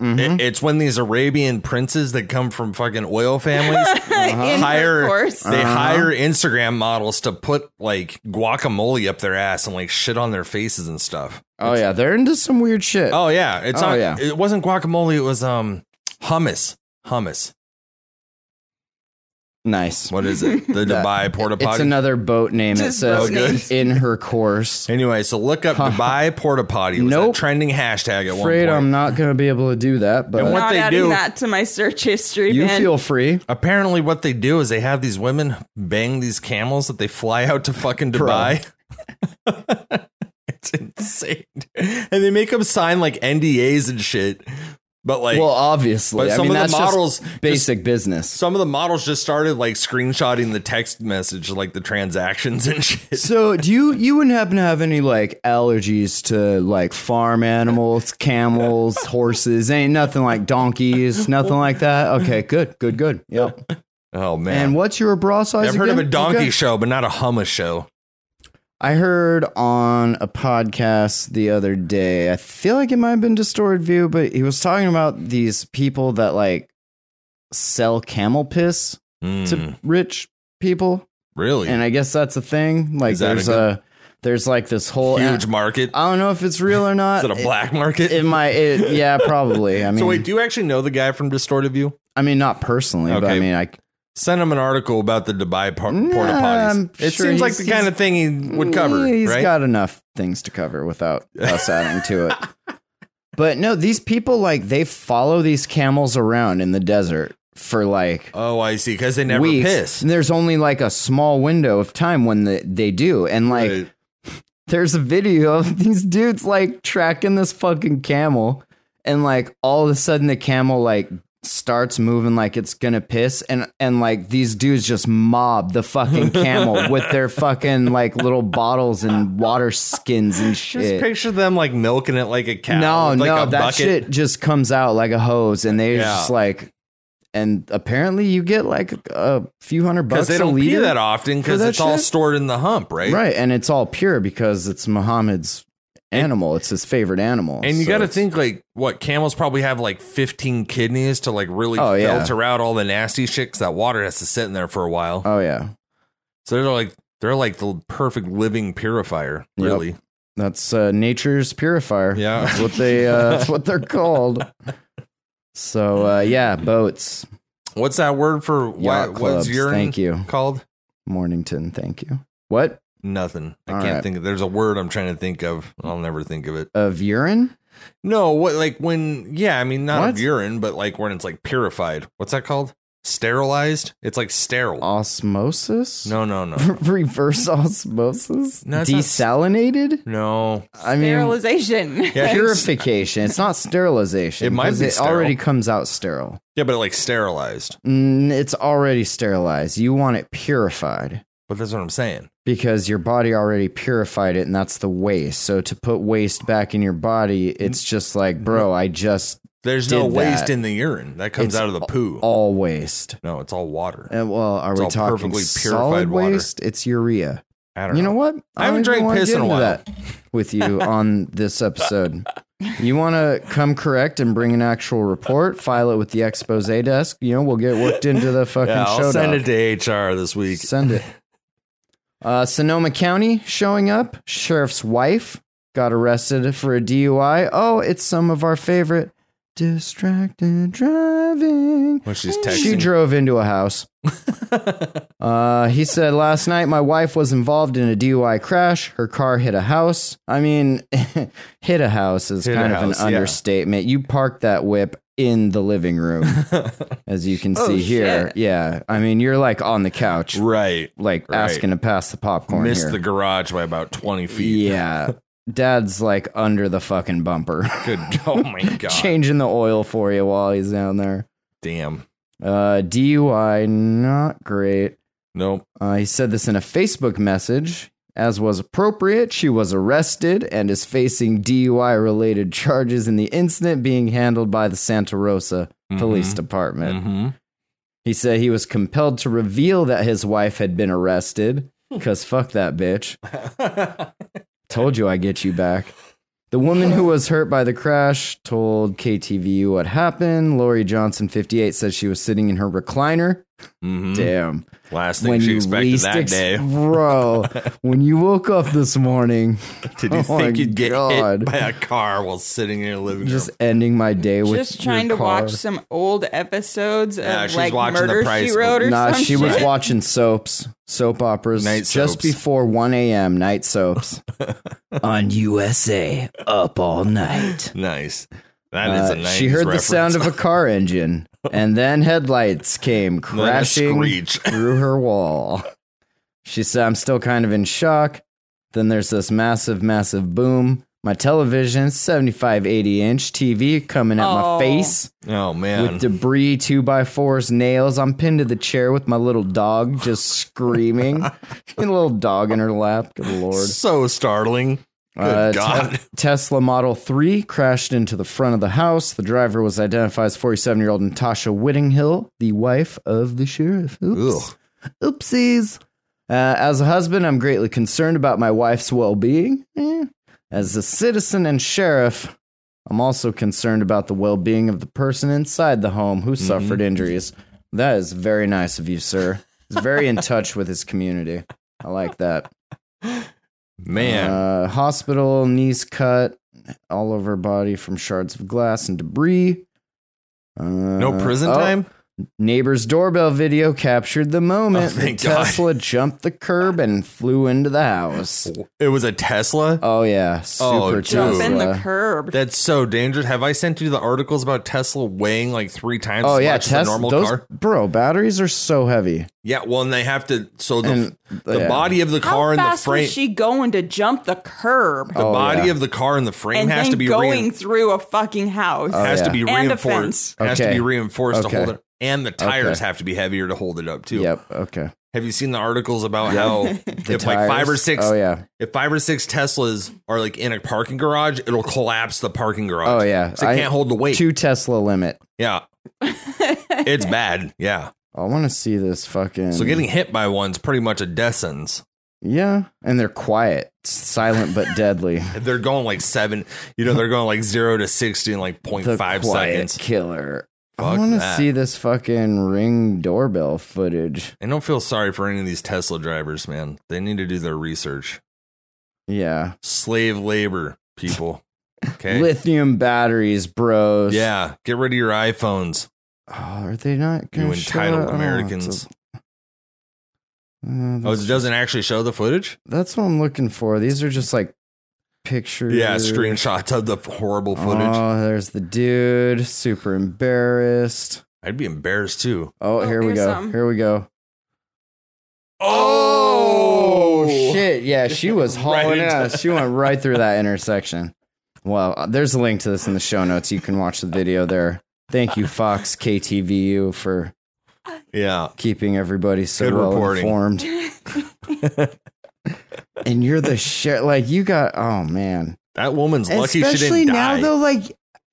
C: Mm-hmm.
A: Uh, it- it's when these Arabian princes that come from fucking oil
B: (laughs)
A: families
C: Uh-huh.
A: hire
B: Of course.
A: they hire Instagram models to put like guacamole up their ass and like shit on their faces and stuff.
C: oh yeah, they're into some weird shit.
A: Oh yeah, it's
C: Oh,
A: not,
C: yeah.
A: It wasn't guacamole. It was um hummus. Hummus.
C: nice.
A: What is
C: (laughs)
A: it? The
C: That-
A: Dubai porta potty.
C: It's another boat name. It
B: Just
C: says
B: boat names.
C: (laughs) in her course.
A: anyway, so look up Dubai porta potty. It was
C: Nope.
A: a trending hashtag at
C: Afraid
A: one point.
C: I'm not gonna be able to do that, but
A: And what
B: Not
A: they
B: adding
A: do-
B: that to my search history,
C: you
B: man.
C: feel free.
A: Apparently, what they do is they have these women bang these camels that they fly out to fucking
C: Bro.
A: Dubai. (laughs) it's insane, and they make them sign like NDAs and shit. But like,
C: well, obviously,
A: but
C: I
A: some
C: mean
A: of
C: that's
A: the models,
C: just
A: just-
C: basic business.
A: some of the models just started like screenshotting the text message, like the transactions and (laughs) shit.
C: So, do you you wouldn't happen to have any like allergies to like
A: (laughs)
C: farm animals, camels, horses? Ain't nothing like donkeys, nothing like that. Okay, good, good, good. Yep.
A: Oh man,
C: And what's your bra size?
A: I've heard of
C: again?
A: a donkey
C: Okay.
A: show, but not a hummus show.
C: I heard on a podcast the other day. I feel like it might have been Distorted View, but he was talking about these people that like sell camel piss
A: Mm,
C: to rich people,
A: really,
C: and I guess that's a thing. Like
A: Is that a
C: there's
A: good-
C: a there's like this whole
A: huge market.
C: I don't know if it's real or
A: Is
C: not.
A: it a black market?
C: It, it might. It, yeah, probably. I
A: (laughs)
C: mean,
A: so wait, do you actually know the guy from Distorted View?
C: I mean, not personally, but I
A: Okay.
C: mean, I
A: Send him an article about the Dubai por-
C: Nah,
A: porta potties.
C: I'm
A: it
C: sure
A: seems like
C: he's-
A: the kind of thing he would cover,
C: He's
A: right?
C: got enough things to cover without us adding to it.
A: (laughs)
C: But no, these people like they follow these camels around in the desert for like
A: oh, I see. Because they never
C: weeks.
A: piss.
C: And there's only like a small window of time when the, they do, and like
A: Right.
C: there's a video of (laughs) these dudes like tracking this fucking camel and like all of a sudden the camel like starts moving like it's gonna piss and and like these dudes just mob the fucking camel with their fucking like little bottles and water skins and
A: Just
C: shit
A: picture them like milking it like a cow.
C: no
A: with, like
C: no
A: a
C: that shit just comes out like a hose and they
A: Yeah.
C: just like and apparently you get like a few hundred bucks
A: Because they
C: a
A: don't pee
C: liter
A: that often
C: for
A: because
C: that
A: it's all
C: shit?
A: stored in the hump, right?
C: right and it's all pure because it's muhammad's animal it's his favorite animal
A: And you
C: so
A: got to
C: it's-
A: think like what camels probably have like 15 kidneys to like really
C: Oh, yeah.
A: filter out all the nasty shit 'cause that water has to sit in there for a while.
C: Oh yeah,
A: so they're like they're like the perfect living purifier,
C: Yep.
A: really.
C: that's uh, nature's purifier.
A: Yeah.
C: (laughs) that's what
A: (laughs)
C: they uh, that's what they're called. So uh, yeah, boats,
A: What's that word for
C: yacht
A: what,
C: clubs.
A: what's urine
C: Thank you,
A: called?
C: Mornington. Thank you. What
A: Nothing. I
C: All
A: can't
C: right.
A: think of there's a word I'm trying to think of. I'll never think of it.
C: of urine?
A: No, what like when yeah, I mean not
C: What?
A: of urine, but like when it's like purified. What's that called? Sterilized? It's like sterile.
C: Oh. Osmosis?
A: no, no,
C: (laughs)
A: no.
C: reverse osmosis?
A: No, it's not s-
C: Desalinated?
A: No.
C: I mean,
B: Sterilization.
A: Yeah, I think-
C: purification. It's not sterilization.
A: It might
C: 'cause
A: be
C: It already comes out sterile.
A: Yeah, but like sterilized.
C: Mm, it's already sterilized. You want it purified.
A: But that's what I'm saying.
C: because your body already purified it and that's the waste. So to put waste back in your body, it's just like, bro, I just
A: There's no
C: Did
A: waste
C: that.
A: in the urine. That comes
C: It's
A: out of the poo.
C: all waste.
A: no, it's all water.
C: And well, are
A: It's
C: we
A: all
C: talking
A: perfectly
C: solid
A: purified water.
C: waste? It's urea.
A: I don't
C: You know what?
A: I haven't
C: don't
A: drank
C: even wanna
A: piss
C: get
A: in a
C: into
A: while. (laughs)
C: with you on this episode. You want to come correct and bring an actual report, file it with the expose desk. You know, we'll get worked into the fucking
A: Yeah,
C: show.
A: I'll send
C: doc.
A: it to HR this week. (laughs)
C: Send it. Uh, Sonoma County showing up. Sheriff's wife got arrested for a DUI. Oh, it's some of our favorite distracted driving.
A: When she's texting.
C: She drove into
A: (laughs)
C: a house. uh, he said, Last night, my wife was involved in a DUI crash. Her car hit a house. I mean, (laughs) hit a house is
A: Hit a
C: kind of
A: house,
C: an
A: yeah.
C: understatement. You parked that whip in the
A: (laughs)
C: living room, as you can
B: Oh,
C: see here.
B: shit.
C: Yeah. I mean, you're like on the couch
A: right.
C: like
A: Right.
C: asking to pass the popcorn
A: Missed
C: here. (laughs)
A: the garage by about 20 feet.
C: yeah. Dad's like under the fucking bumper,
A: (laughs)
C: (laughs)
A: Good. Oh my god.
C: changing the oil for you while he's down there.
A: Damn.
C: Uh, DUI, not great.
A: Nope.
C: Uh, he said this in a Facebook message. As was appropriate, she was arrested and is facing DUI related charges in the incident being handled by the Santa Rosa Police Department.
A: Mm-hmm.
C: (laughs) He said he was compelled to reveal that his wife had been arrested
A: (laughs)
C: because fuck that bitch. Told you I get you back. The woman who was hurt by the crash told KTVU what happened. Lori Johnson, 58, says she was sitting in her recliner.
A: Mm-hmm.
C: Damn.
A: Last thing she expected that
C: ex-
A: day. (laughs)
C: (laughs) Bro, when you woke up this morning,
A: Did you
C: Oh my
A: think you'd get
C: God.
A: hit by a car while sitting in your living room?
C: just ending my day with
B: Just trying to
C: your car.
B: watch some old episodes of
A: Yeah, she's
B: like
A: watching The
B: Murder
A: Price-
B: She Wrote or
C: Nah,
B: some
C: she was
B: shit.
C: watching soaps, soap operas,
A: Night
C: just
A: soaps.
C: before 1 a.m.
A: (laughs)
C: night soaps on USA, up all night.
A: nice. That is a
C: Uh,
A: nice.
C: she heard the
A: (laughs)
C: sound of a car engine, and then headlights came
A: Then a
C: crashing
A: screech.
C: through her wall. She said, I'm still kind of in shock. Then there's this massive, massive boom. My television, 75, 80 inch TV coming at my
B: Oh.
C: face
A: Oh man.
C: with debris, two by fours, nails. I'm pinned to the chair with my little
A: (laughs)
C: dog just screaming. (laughs) and a little dog in her lap. Good lord.
A: so startling. Good
C: Uh, Te-
A: God. (laughs)
C: (laughs) Tesla Model 3 crashed into the front of the house. The driver was identified as 47 year old Natasha Whittinghill, the wife of the sheriff. Oops. Oopsies. Uh, as a husband, I'm greatly concerned about my wife's well being. As a citizen and sheriff, I'm also concerned about the well being of the person inside the home who
A: Mm-hmm.
C: suffered injuries. That is very nice of you, sir. He's very
A: (laughs)
C: in touch with his community. I like that.
A: man.
C: Uh, hospital, knees cut, all over body from shards of glass and debris. Uh,
A: no prison
C: oh,
A: time.
C: Neighbor's doorbell video captured the moment
A: Oh, thank
C: the
A: God. (laughs)
C: Tesla jumped the curb and flew into the house.
A: It was a Tesla.
C: Oh yeah,
A: Oh,
C: super
A: dude.
B: Jump in the
C: Tesla.
B: curb.
A: That's so dangerous. Have I sent you the articles about Tesla weighing like three times
C: Oh
A: as
C: yeah,
A: much as a
C: Tesla.
A: normal
C: Those
A: car?
C: bro batteries are so heavy.
A: Yeah, well, and they have to. So the
C: And-
A: the
C: yeah.
A: body of the
B: How
A: car and the
B: fast
A: frame,
B: was she going to jump the curb
A: the
C: Oh,
A: body
C: yeah.
A: of the car and the frame
B: and
A: has
B: then
A: to be
B: going
A: rein-
B: through a fucking house?
C: Oh,
A: has
C: yeah.
A: to be
B: And a
A: reinforced.
C: fence.
A: Has to
C: Okay.
A: be reinforced
C: Okay.
A: to hold it, and the tires
C: Okay.
A: have to be heavier to hold it up too.
C: Yep. Okay.
A: Have you seen the articles about how
C: (laughs) The
A: if like five
C: tires-
A: or six
C: Oh yeah.
A: if five or six Teslas are like in a parking garage, it'll collapse the parking garage.
C: Oh yeah.
A: 'Cause it can't hold the weight.
C: Two Tesla limit.
B: (laughs)
A: yeah, it's bad. Yeah,
C: I want to see this fucking.
A: so getting hit by one's pretty much a death sentence.
C: yeah, and they're quiet, silent but deadly.
A: They're going like seven. You know, they're going like zero to sixty in like
C: the
A: 0.5
C: quiet
A: seconds.
C: killer. I
A: Fuck
C: want to
A: that.
C: see this fucking ring doorbell footage.
A: I don't feel sorry for any of these Tesla drivers, man. They need to do their research.
C: Yeah,
A: Slave labor, people. Okay.
C: lithium batteries, bros.
A: Yeah, get rid of your iPhones,
C: oh, are they not
A: you
C: gonna
A: entitled
C: show- oh, it's
A: Americans.
C: a- uh,
A: Oh,
C: that's,
A: it doesn't actually show the footage.
C: that's what I'm looking for. These are just like pictures.
A: Yeah, screenshots of the horrible footage.
C: Oh, there's the dude, super embarrassed.
A: I'd be embarrassed too.
C: Oh,
B: Oh,
C: here we
B: here's
C: go.
B: something.
C: Here we go.
A: Oh,
C: shit!
A: (laughs)
C: Yeah, she was hauling
A: Right.
C: ass. She went right through that intersection. Well, uh, there's a link to this in the show notes. You can watch the video there. Thank you, Fox KTVU, for
A: Yeah,
C: keeping everybody so
A: Good
C: well
A: reporting.
C: informed. and you're the shit. Like you got. Oh man.
A: that woman's lucky she
C: Especially
A: didn't
C: now
A: die.
C: though, like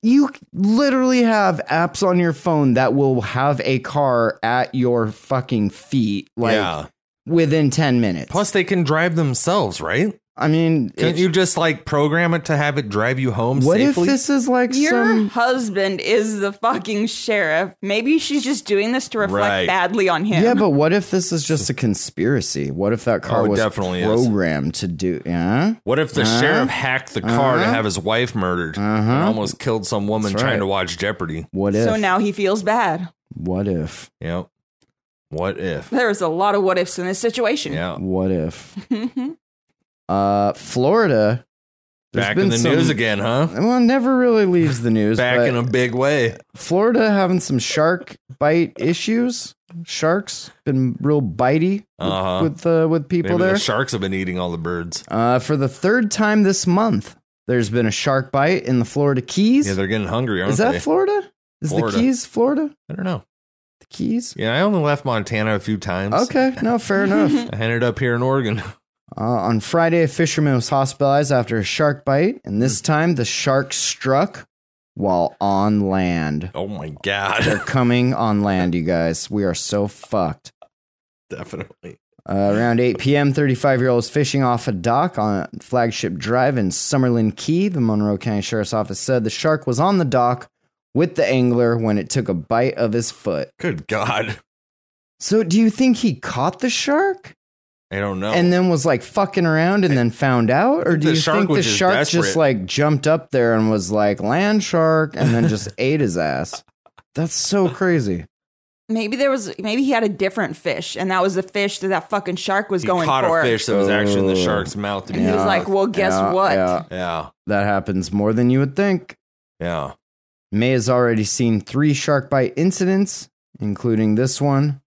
C: you literally have apps on your phone that will have a car at your fucking feet, like
A: yeah.
C: within ten minutes.
A: Plus, they can drive themselves, right?
C: I mean,
A: Can't
C: it's-
A: you just like program it to have it drive you home
C: What
A: safely?
C: if this is like
B: Your
C: some?
B: husband is the fucking sheriff. Maybe she's just doing this to reflect
A: Right.
B: badly on him.
C: Yeah, but what if this is just a conspiracy? What if that car
A: Oh, it
C: was
A: definitely is.
C: programmed to do? Yeah,
A: What if the
C: Huh?
A: sheriff hacked the car to
C: Uh-huh.
A: have his wife murdered
C: Uh-huh.
A: and almost killed some woman
C: That's
A: trying
C: right.
A: to watch Jeopardy?
C: what if?
B: so now he feels bad.
C: what if?
A: Yep. What if?
B: There's a lot of what ifs in this situation.
A: Yeah.
B: (laughs)
C: What if? uh, Florida. there's
A: Back in
C: been
A: the
C: some-
A: news again, huh?
C: Well, it never really leaves the news.
A: Back
C: but
A: in a big way.
C: Florida having some shark bite issues. Sharks been real bitey
A: Uh-huh.
C: with with, uh, with people
A: Maybe
C: there.
A: the sharks have been eating all the birds.
C: uh, for the third time this month, there's been a shark bite in the Florida Keys.
A: Yeah, they're getting hungry, aren't
C: Is
A: they?
C: that Florida? Is
A: Florida.
C: the Keys Florida?
A: I don't know.
C: The Keys?
A: Yeah, I only left Montana a few times.
C: Okay, no, fair enough.
A: I ended up here in Oregon. (laughs)
C: Uh, on Friday, a fisherman was hospitalized after a shark bite, and this time the shark struck while on land.
A: Oh my god, (laughs)
C: They're coming on land, you guys. We are so fucked.
A: definitely.
C: Uh, around 8 p.m., 35 year old was fishing off a dock on Flagship Drive in Summerlin Key. The Monroe County Sheriff's Office said the shark was on the dock with the angler when it took a bite of his foot.
A: Good god,
C: So, do you think he caught the shark
A: I don't know.
C: and then was like fucking around and then found out?
A: Oh.
C: Or
A: think
C: do
A: the
C: you
A: shark
C: think the
A: was just
C: shark just
A: desperate.
C: like jumped up there and was like, land shark, and
A: (laughs)
C: then just ate his ass? That's so crazy.
B: Maybe there was maybe he had a different fish, and that was the fish that that fucking shark was
A: he
B: going
A: caught
B: for.
A: a fish that was actually in the
C: Oh.
A: shark's mouth. To
B: And he was
A: begin
B: like,
A: with.
B: "Well, guess
C: Yeah,
B: what?
C: yeah.
A: yeah,
C: That happens more than you would think.
A: yeah,
C: May has already seen three shark bite incidents, including this one.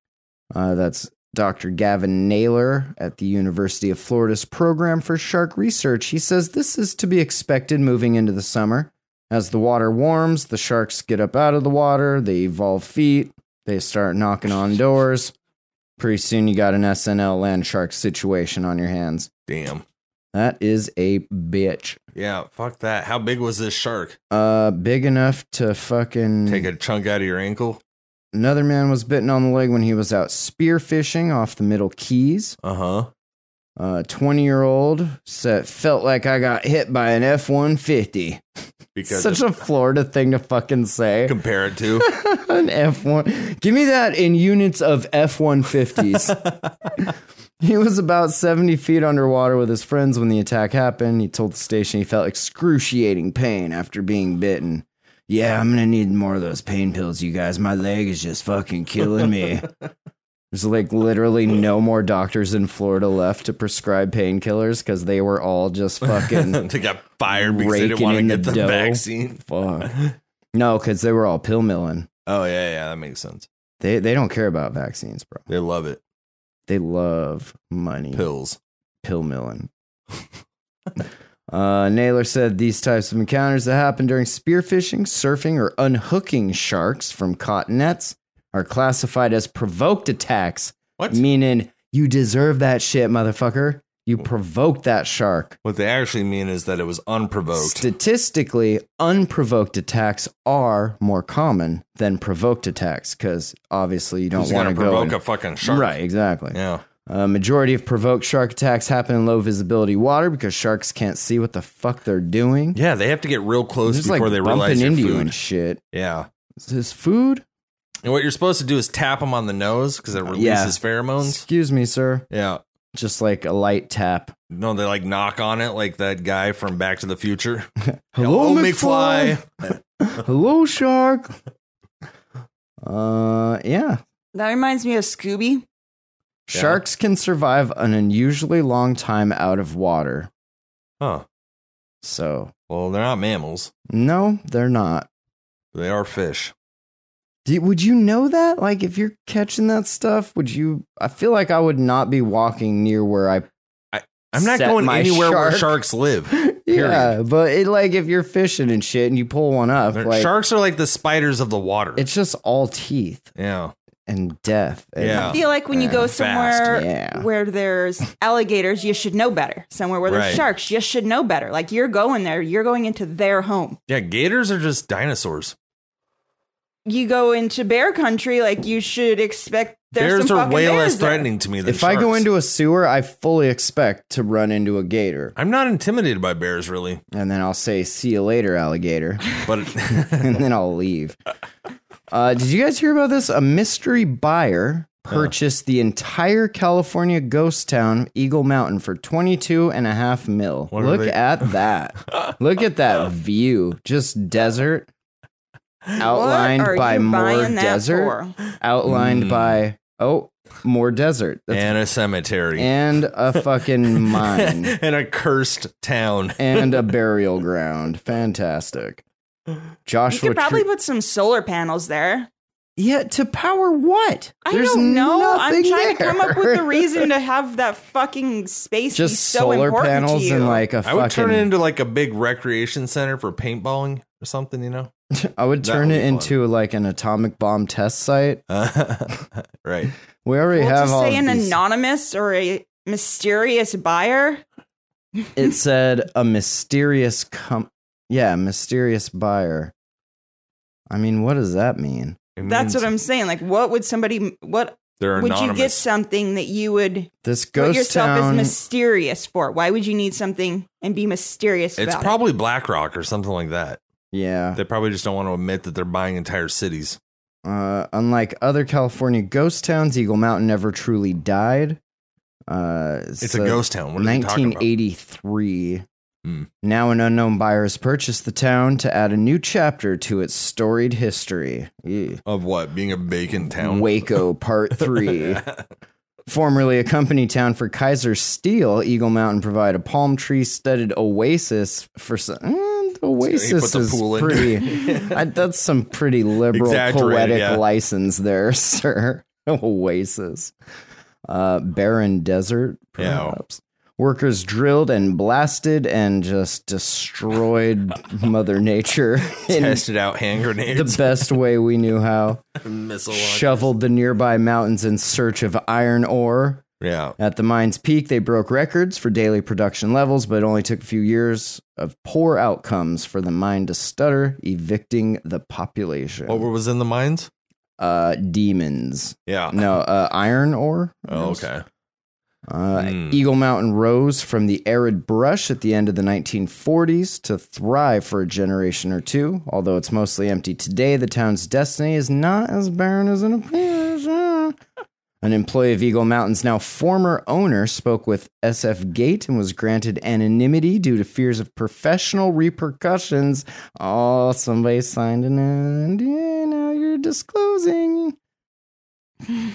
C: Uh, that's Dr. Gavin Naylor at the University of Florida's program for shark research. He says this is to be expected moving into the summer. As the water warms, the sharks get up out of the water, they evolve feet, they start knocking on doors. Pretty soon, you got an SNL land shark situation on your hands.
A: damn,
C: That is a bitch.
A: yeah." Fuck that. How big was this shark?
C: Uh, big enough to fucking
A: Take a chunk out of your ankle.
C: Another man was bitten on the leg when he was out spearfishing off the Middle Keys.
A: Uh huh.
C: A 20 year old said, felt like I got hit by an F 150.
A: Because
C: Such a Florida thing to fucking say.
A: compare it
C: (laughs)
A: to (laughs)
C: an F 1. Give me that in units of F 150s. he was about 70 feet underwater with his friends when the attack happened. He told the station he felt excruciating pain after being bitten. Yeah, I'm gonna need more of those pain pills, you guys. My leg is just fucking killing me. There's like literally no more doctors in Florida left to prescribe painkillers because they were all
A: (laughs)
C: just fucking
A: they got fired because they didn't
C: Raking
A: want to
C: in
A: get
C: the
A: the,
C: dough.
A: vaccine.
C: fuck. No, because they were all pill milling.
A: Oh yeah, yeah, that makes sense.
C: They they don't care about vaccines, bro.
A: They love it.
C: They love money.
A: Pills.
C: pill milling. uh, Naylor said these types of encounters that happen during spearfishing, surfing, or unhooking sharks from caught nets are classified as provoked attacks,
A: What?
C: meaning you deserve that shit, motherfucker. You provoked that shark.
A: What they actually mean is that it was unprovoked.
C: Statistically, unprovoked attacks are more common than provoked attacks because obviously you don't
A: Who's
C: want
A: gonna
C: to
A: provoke
C: go.
A: a
C: and-
A: fucking shark?
C: Right, exactly.
A: Yeah.
C: A Uh, majority of provoked shark attacks happen in low visibility water because sharks can't see what the fuck they're doing.
A: Yeah, they have to get real
C: They're
A: close
C: just
A: before
C: like
A: they
C: bumping
A: realize your
C: into you
A: food.
C: and shit.
A: yeah.
C: Is this food?
A: And what you're supposed to do is tap them on the nose because it releases
C: yeah.
A: pheromones.
C: Excuse me, sir.
A: Yeah.
C: Just like a light tap.
A: No, they like knock on it like that guy from Back to the Future.
C: Hello,
A: (laughs) McFly.
C: (laughs) Hello, shark. Uh, yeah.
B: That reminds me of Scooby.
A: Yeah.
C: Sharks can survive an unusually long time out of water.
A: Huh.
C: So,
A: Well, they're not mammals.
C: no, they're not.
A: They are fish.
C: Do, would you know that? Like, if you're catching that stuff, would you? I feel like I would not be walking near where I.
A: I'm not
C: Set
A: going
C: my
A: anywhere where
C: shark.
A: sharks
C: (laughs)
A: live.
C: Yeah, but it like if you're fishing and shit and you pull one up,
A: They're-
C: like
A: sharks are like the spiders of the water.
C: it's just all teeth
A: yeah.
C: and death. and-
A: Yeah.
B: I feel like when you go
A: Fast,
B: somewhere
C: yeah.
B: where there's alligators, you should know better. Somewhere where there's
A: Right.
B: sharks, you should know better. Like you're going there, you're going into their home.
A: Yeah. Gators are just dinosaurs.
B: You go into bear country, like you should expect there's
A: bears
B: some
A: are
B: fucking
A: way
B: bears
A: less
B: there.
A: threatening to me than
C: If I go
A: sharks.
C: into a sewer, I fully expect to run into a gator,
A: I'm not intimidated by bears really,
C: and then I'll say "see you later, alligator," (laughs)
A: but (laughs)
C: and then I'll leave. Uh, did you guys hear about this? A mystery buyer
A: Oh.
C: purchased the entire California ghost town, Eagle Mountain, for 22 and a half mil.
A: What are
C: Look
A: they-
C: at
A: (laughs)
C: that. Look at that view. Just desert outlined
B: what are
C: by
B: you
C: more
B: buying that
C: desert,
B: for?
C: outlined
A: Mm.
C: by oh, more desert. That's-
A: and a cemetery
C: and a
A: (laughs)
C: fucking mine
A: and a cursed town.
C: and a burial ground. Fantastic.
B: You
C: Joshua
B: could probably
C: Tree-
B: put some solar panels there.
C: Yeah, to power what?
B: I
C: There's
B: don't know. I'm
C: nothing
B: trying to come up with a
C: there.
B: reason to have that fucking space be
C: Just
B: so
C: solar
B: important
C: panels
B: to you.
C: and like a
A: I would
C: fucking.
A: turn it into like a big recreation center for paintballing or something, you know? (laughs)
C: I would
A: that
C: turn
A: would
C: it
A: be fun.
C: into like an atomic bomb test site.
A: right.
C: We already
B: we'll
C: have
B: just
C: all
B: say
C: of
B: an
C: these.
B: anonymous or a mysterious buyer.
C: It said a mysterious com. Yeah, mysterious buyer. I mean, what does that mean?
A: It
B: That's what
A: means
B: I'm saying. Like, what would somebody? What
A: They're
B: would
A: anonymous.
B: you get something that you would
C: This
B: put
C: ghost
B: yourself as
C: town.
B: mysterious for? Why would you need something and be mysterious?
A: it's
B: about it?
A: probably BlackRock or something like that.
C: yeah.
A: They probably just don't want to admit that they're buying entire cities.
C: Uh, unlike other California ghost towns, Eagle Mountain never truly died. Uh,
A: It's a ghost town. What are they talking about?
C: 1983.
A: Hmm.
C: Now, an unknown buyer has purchased the town to add a new chapter to its storied history. Yeah.
A: Of what? Being a bacon town. (laughs)
C: Waco Part 3. Formerly a company town for Kaiser Steel, Eagle Mountain provide a palm tree studded oasis for some. eh, the oasis
A: the
C: is
A: pool in. (laughs)
C: pretty. (laughs) I, that's some pretty liberal
A: Exaggerated,
C: poetic
A: yeah.
C: license there, (laughs) sir. oasis. Uh, barren desert,
A: Yeah.
C: perhaps. Workers drilled and blasted and just
A: (laughs)
C: destroyed Mother Nature (laughs) in
A: Tested out hand
C: the
A: grenades.
C: best way we knew how
A: missile launchers.
C: shoveled the nearby mountains in search of iron ore.
A: Yeah.
C: At the mine's peak, they broke records for daily production levels, but it only took a few years of poor outcomes for the mine to stutter, evicting the population.
A: What was in the mines?
C: uh, demons.
A: Yeah.
C: No, uh, iron ore.
A: Oh, okay.
C: Uh,
A: Mm.
C: Eagle Mountain rose from the arid brush at the end of the 1940s to thrive for a generation or two. Although it's mostly empty today, the town's destiny is not as barren as it appears. Ah. An employee of Eagle Mountain's now former owner spoke with SF Gate and was granted anonymity due to fears of professional repercussions. Oh, somebody signed an NDA. Now you're disclosing.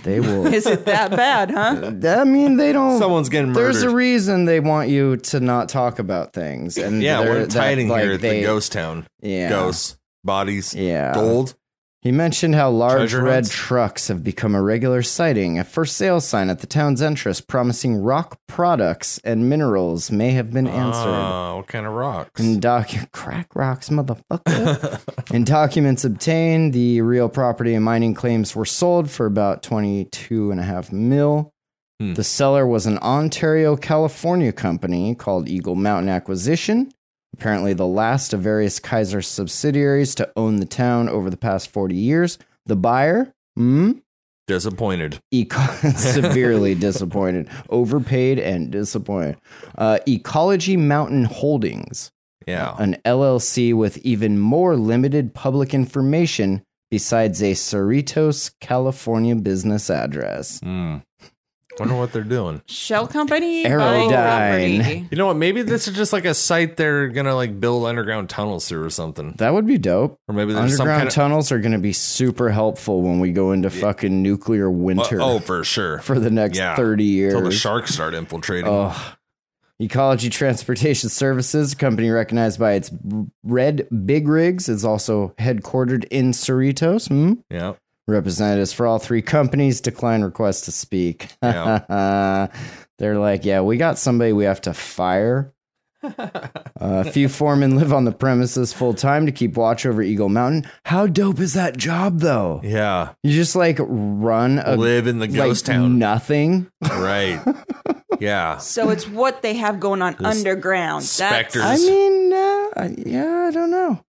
C: They will.
B: Is it (laughs) that bad,
C: (laughs)
B: huh?
C: I mean, they don't.
A: Someone's getting murdered.
C: Oh, There's a reason they want you to not talk about things, and
A: yeah,
C: they're-
A: we're
C: that,
A: tied in
C: like,
A: here at
C: they-
A: the ghost town.
C: Yeah,
A: Ghosts, bodies,
C: Yeah,
A: gold.
C: He mentioned how large
A: Treasure
C: red
A: hunts?
C: trucks have become a regular sighting. A for sale sign at the town's entrance promising rock products and minerals may have been answered.
A: Ah, what kind of rocks?
C: In doc- crack rocks, motherfucker. In documents obtained, the real property and mining claims were sold for about twenty-two and a half mil.
A: Hmm.
C: The seller was an Ontario, California company called Eagle Mountain Acquisition, apparently the last of various Kaiser subsidiaries to own the town over the past 40 years. The buyer, hmm,
A: Disappointed.
C: eco- (laughs) severely disappointed, overpaid and disappointed. Uh, Ecology Mountain Holdings,
A: Yeah.
C: an LLC with even more limited public information besides a Cerritos, California business address.
A: Hmm. Wonder what they're doing.
B: Shell company.
C: Aerodyne.
B: buying property.
A: You know what? Maybe this is just like a site they're gonna like build underground tunnels through or something.
C: That would be dope.
A: Or maybe there's some
C: Underground
A: kind of
C: tunnels are going to be super helpful when we go into fucking nuclear winter
A: oh, for sure.
C: (laughs) for the next
A: yeah.
C: 30
A: Until the
C: years. Oh.
A: sharks start infiltrating.
C: Ugh. Ecology Transportation Services, a company recognized by its red big rigs, is also headquartered in Cerritos. Hmm?
A: Yeah.
C: Representatives for all three companies decline requests to speak. (laughs) They're like, yeah, we got somebody we have to fire. Uh, a few foremen live on the premises full time to keep watch over Eagle Mountain. How dope is that job, though?
A: Yeah.
C: You just like run a
A: Live in the
C: like,
A: ghost town.
C: (laughs) Nothing.
A: Right. Yeah.
B: So it's what they have going on underground.
A: specters.
C: (laughs) I mean, uh, I- yeah, I don't know.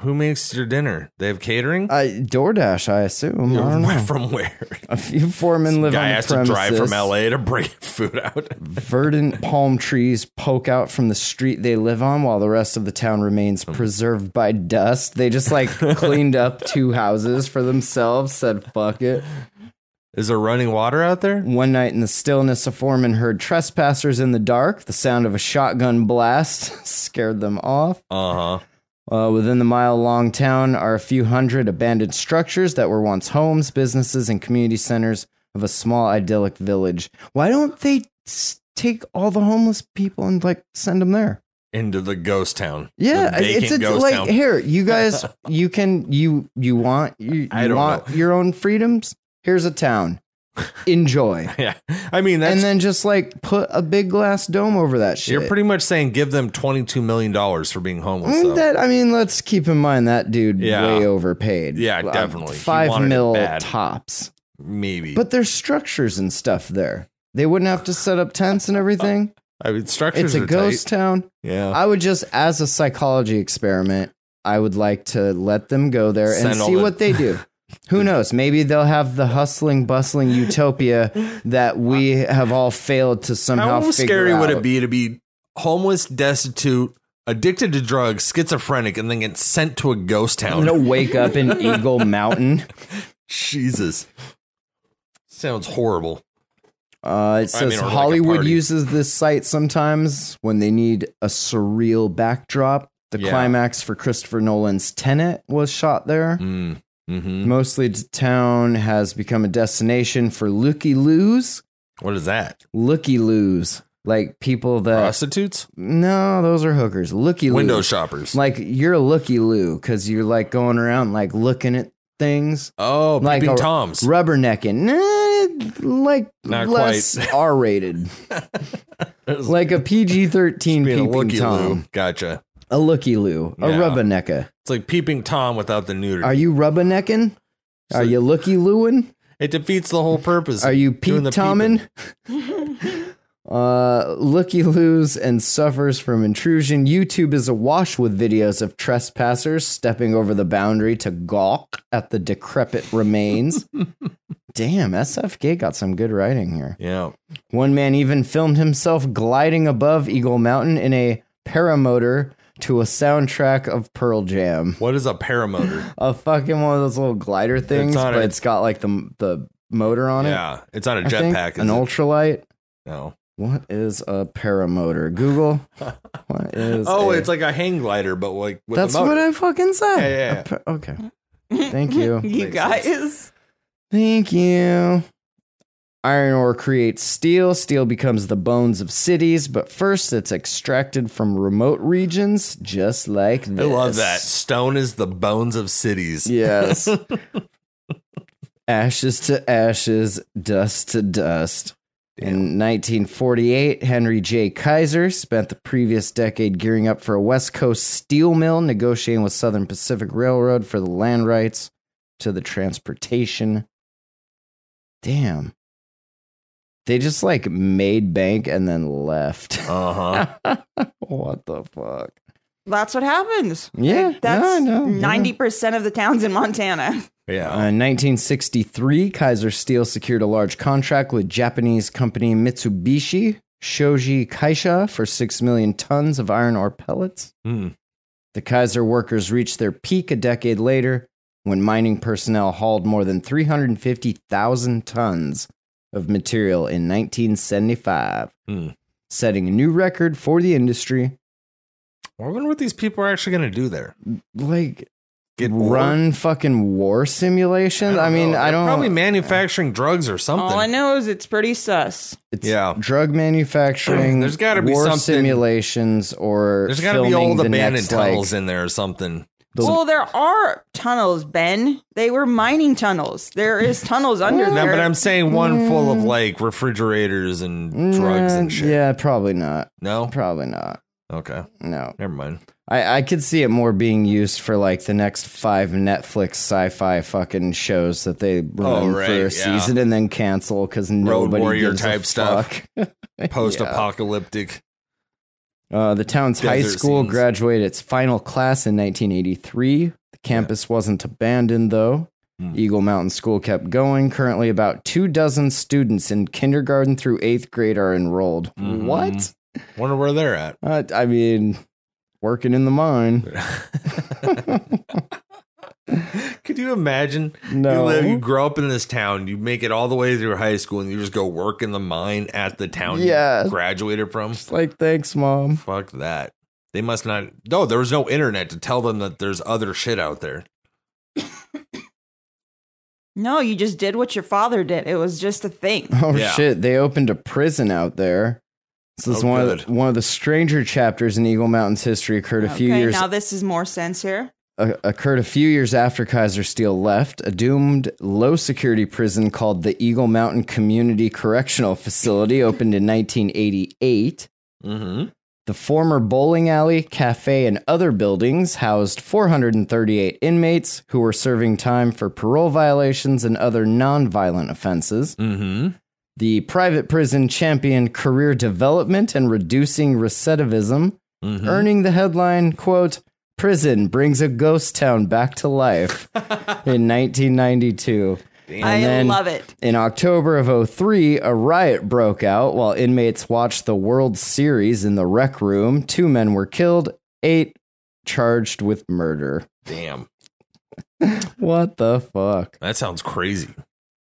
A: Who makes your dinner? They have catering?
C: Uh, DoorDash, I assume. I don't know.
A: (laughs) From where?
C: A few foremen live
A: Guy
C: on the
A: has to
C: premises.
A: drive from LA to bring (laughs) food out.
C: Verdant palm trees poke out from the street they live on while the rest of the town remains preserved by dust. They just like cleaned up two houses for themselves, said fuck it.
A: Is there running water out there?
C: One night in the stillness, a foreman heard trespassers in the dark. The sound of a shotgun blast (laughs) scared them off.
A: Uh huh.
C: Uh, within the mile long town are a few hundred abandoned structures that were once homes, businesses, and community centers of a small idyllic village. Why don't they s- take all the homeless people and like send them there?
A: Into the ghost town.
C: Yeah,
A: The vacant
C: it's, it's
A: ghost
C: like
A: town.
C: here, you guys, you can you you want you,
A: I
C: you
A: don't
C: want
A: know.
C: your own freedoms. Here's
A: (laughs)
C: a town, enjoy,
A: (laughs) Yeah. I mean, that's.
C: and then just like put a big glass dome over that shit.
A: you're pretty much saying give them $22 million for being homeless,
C: Mm,
A: though.
C: That I mean, let's keep in mind that dude
A: Yeah.
C: way overpaid.
A: Yeah,
C: Uh,
A: definitely. He
C: five
A: wanted it
C: mil
A: bad.
C: tops.
A: Maybe.
C: But there's structures and stuff there. They wouldn't have to set up tents and everything.
A: I mean, structures
C: It's a
A: are
C: ghost
A: tight.
C: town.
A: Yeah.
C: I would just, as a psychology experiment, I would like to let them go there and
A: Send all
C: see
A: the-
C: what
A: (laughs)
C: they do. Who knows? Maybe they'll have the hustling, bustling utopia that we have all failed to
A: How
C: somehow figure
A: scary would
C: out.
A: it be to be homeless, destitute, addicted to drugs, schizophrenic, and then get sent to a ghost
C: I'm
A: town?
C: gonna wake up in Eagle Mountain.
A: Jesus. Sounds horrible.
C: Uh, it
A: I
C: says
A: mean, or like a
C: Hollywood
A: party.
C: uses this site sometimes when they need a surreal backdrop. The
A: Yeah.
C: climax for Christopher Nolan's Tenet was shot there.
A: Mm. hmm
C: Mostly t- town has become a destination for looky loos.
A: What is that?
C: Looky loos, like people that
A: Prostitutes?
C: no, those are hookers. Looky
A: Window
C: loos,
A: shoppers.
C: like you're a looky loo because you're like going around like looking at things.
A: oh,
C: like
A: peeping
C: a-
A: toms.
C: rubbernecking, nah, like
A: Not (laughs)
C: less R-rated, like a PG-13
A: Being a
C: peeping
A: looky
C: tom,
A: loo. Gotcha.
C: a looky loo, a
A: Yeah.
C: rubbernecker.
A: It's like peeping tom without the nudity.
C: Are you rubbernecking? Are you looky looing?
A: it defeats the whole purpose.
C: Are you peep
A: doing the peeping.
C: tomming? Uh, looky loos and suffers from intrusion. YouTube is awash with videos of trespassers stepping over the boundary to gawk at the decrepit
A: (laughs)
C: remains. Damn, SFK got some good writing here.
A: Yeah.
C: One man even filmed himself gliding above Eagle Mountain in a paramotor to a soundtrack of Pearl Jam.
A: What is a paramotor?
C: A fucking one of those little glider things,
A: on
C: but
A: it.
C: it's got like the the motor on it.
A: yeah. It's not a
C: I think.
A: jetpack.
C: an
A: is it?
C: ultralight.
A: No.
C: What is a paramotor? Google.
A: (laughs)
C: What is?
A: Oh,
C: a-
A: it's like a hang glider, but like with
C: that's
A: a motor.
C: what I fucking said.
A: Yeah, yeah,
C: A
A: yeah.
C: par- okay. Thank you.
B: you
A: Makes
B: guys.
C: Thank you. Iron ore creates steel. Steel becomes the bones of cities, but first it's extracted from remote regions, just like
A: I
C: this.
A: love that. Stone is the bones of cities.
C: (laughs) Yes. ashes to ashes, dust to dust. In 1948, Henry J. Kaiser spent the previous decade gearing up for a West Coast steel mill, negotiating with Southern Pacific Railroad for the land rights to the transportation. Damn. They just like made bank and then left.
A: Uh huh.
C: (laughs) what the fuck?
B: That's what happens.
C: Yeah,
B: Like, that's
C: no, no, yeah.
B: ninety percent of the towns in Montana.
A: Yeah.
C: Uh, In 1963, Kaiser Steel secured a large contract with Japanese company Mitsubishi Shoji Kaisha for 6 million tons of iron ore pellets.
A: Hmm.
C: The Kaiser workers reached their peak a decade later when mining personnel hauled more than 350,000 tons of material in 1975,
A: Hmm.
C: setting a new record for the industry.
A: I wonder what these people are actually going to do there.
C: Like,
A: Get war?
C: run fucking war simulations? I,
A: don't
C: mean,
A: know.
C: I
A: They're
C: don't
A: Probably manufacturing drugs or something.
B: All Oh, I know is it's pretty sus.
C: It's
A: Yeah.
C: drug manufacturing.
A: There's gotta be
C: war
A: something-
C: simulations or
A: There's got to be old
C: the
A: abandoned
C: next,
A: tunnels
C: Like,
A: in there or something.
B: well, there are tunnels, Ben. They were mining tunnels. There
C: (laughs)
B: is tunnels under
A: No,
B: there.
A: but I'm saying one full of like refrigerators and drugs
C: Mm,
A: and shit.
C: Yeah, probably not.
A: No?
C: Probably not.
A: Okay.
C: No,
A: Never mind.
C: (laughs) I I could see it more being used for like the next five Netflix sci-fi fucking shows that they run
A: Oh, right,
C: for a
A: yeah.
C: season and then cancel because nobody
A: warrior
C: gives
A: type
C: a
A: stuff.
C: fuck. (laughs)
A: Post apocalyptic.
C: Uh, the town's high
A: Desert
C: school
A: scenes.
C: graduated its final class in 1983. The campus wasn't abandoned, though.
A: Hmm.
C: Eagle Mountain School kept going. Currently, about two dozen students in kindergarten through eighth grade are enrolled.
A: Mhm.
C: What?
A: Wonder where they're at.
C: Uh, I mean, working in
A: (laughs)
C: the mine.
A: Could you imagine? You,
C: No.
A: live, you grow up in this town, you make it all the way through high school, and you just go work in the mine at the town
C: Yeah.
A: you graduated from.
C: It's like, thanks, mom. (laughs)
A: Fuck that. They must not. No, there was no internet to tell them that there's other shit out there.
B: no, you just did what your father did. It was just a
C: (laughs)
B: thing.
C: Oh
A: Yeah.
C: shit! They opened a prison out there. This is
A: Oh,
C: one of
A: good.
C: the, one of the stranger chapters in Eagle Mountain's history. Occurred a few
B: okay,
C: years
B: now this is more sense here.
C: o- occurred a few years after Kaiser Steel left, a doomed low security prison called the Eagle Mountain Community Correctional Facility opened in 1988.
A: Mm-hmm.
C: The former bowling alley, cafe, and other buildings housed 438 inmates who were serving time for parole violations and other nonviolent offenses.
A: Mm-hmm.
C: the private prison champion career development and reducing recidivism, earning the headline, quote, Prison brings a ghost town back to life in 1992.
B: I
C: And then-
B: love it.
C: In October of 03, a riot broke out while inmates watched the World Series in the rec room. Two men were killed, eight charged with murder.
A: Damn.
C: What the fuck?
A: That sounds crazy.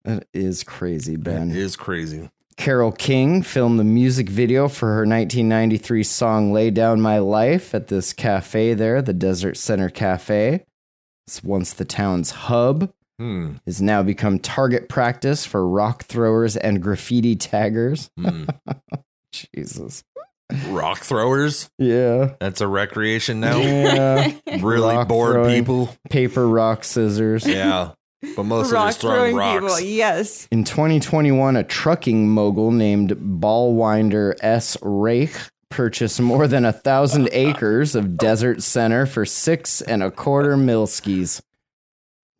C: That is crazy,
A: It
C: Ben.
A: is crazy.
C: Carol King filmed the music video for her 1993 song Lay Down My Life at this cafe there, the Desert Center Cafe. It's once the town's hub.
A: Hmm.
C: Has now become target practice for rock throwers and graffiti taggers.
A: Hmm.
C: (laughs) Jesus.
A: Rock throwers. (laughs)
C: Yeah.
A: That's a recreation
C: (laughs)
A: now.
C: Yeah.
A: really
C: Rock
A: bored
C: throwing.
A: people.
C: Paper, rock, scissors.
A: Yeah. But mostly
B: Rock
A: just throwing
B: throwing
A: rocks.
B: people.
C: (laughs)
B: Yes. (laughs)
C: In 2021, a trucking mogul named Ballwinder S. Rake purchased more than a thousand acres of Desert Center for six and a quarter milskis.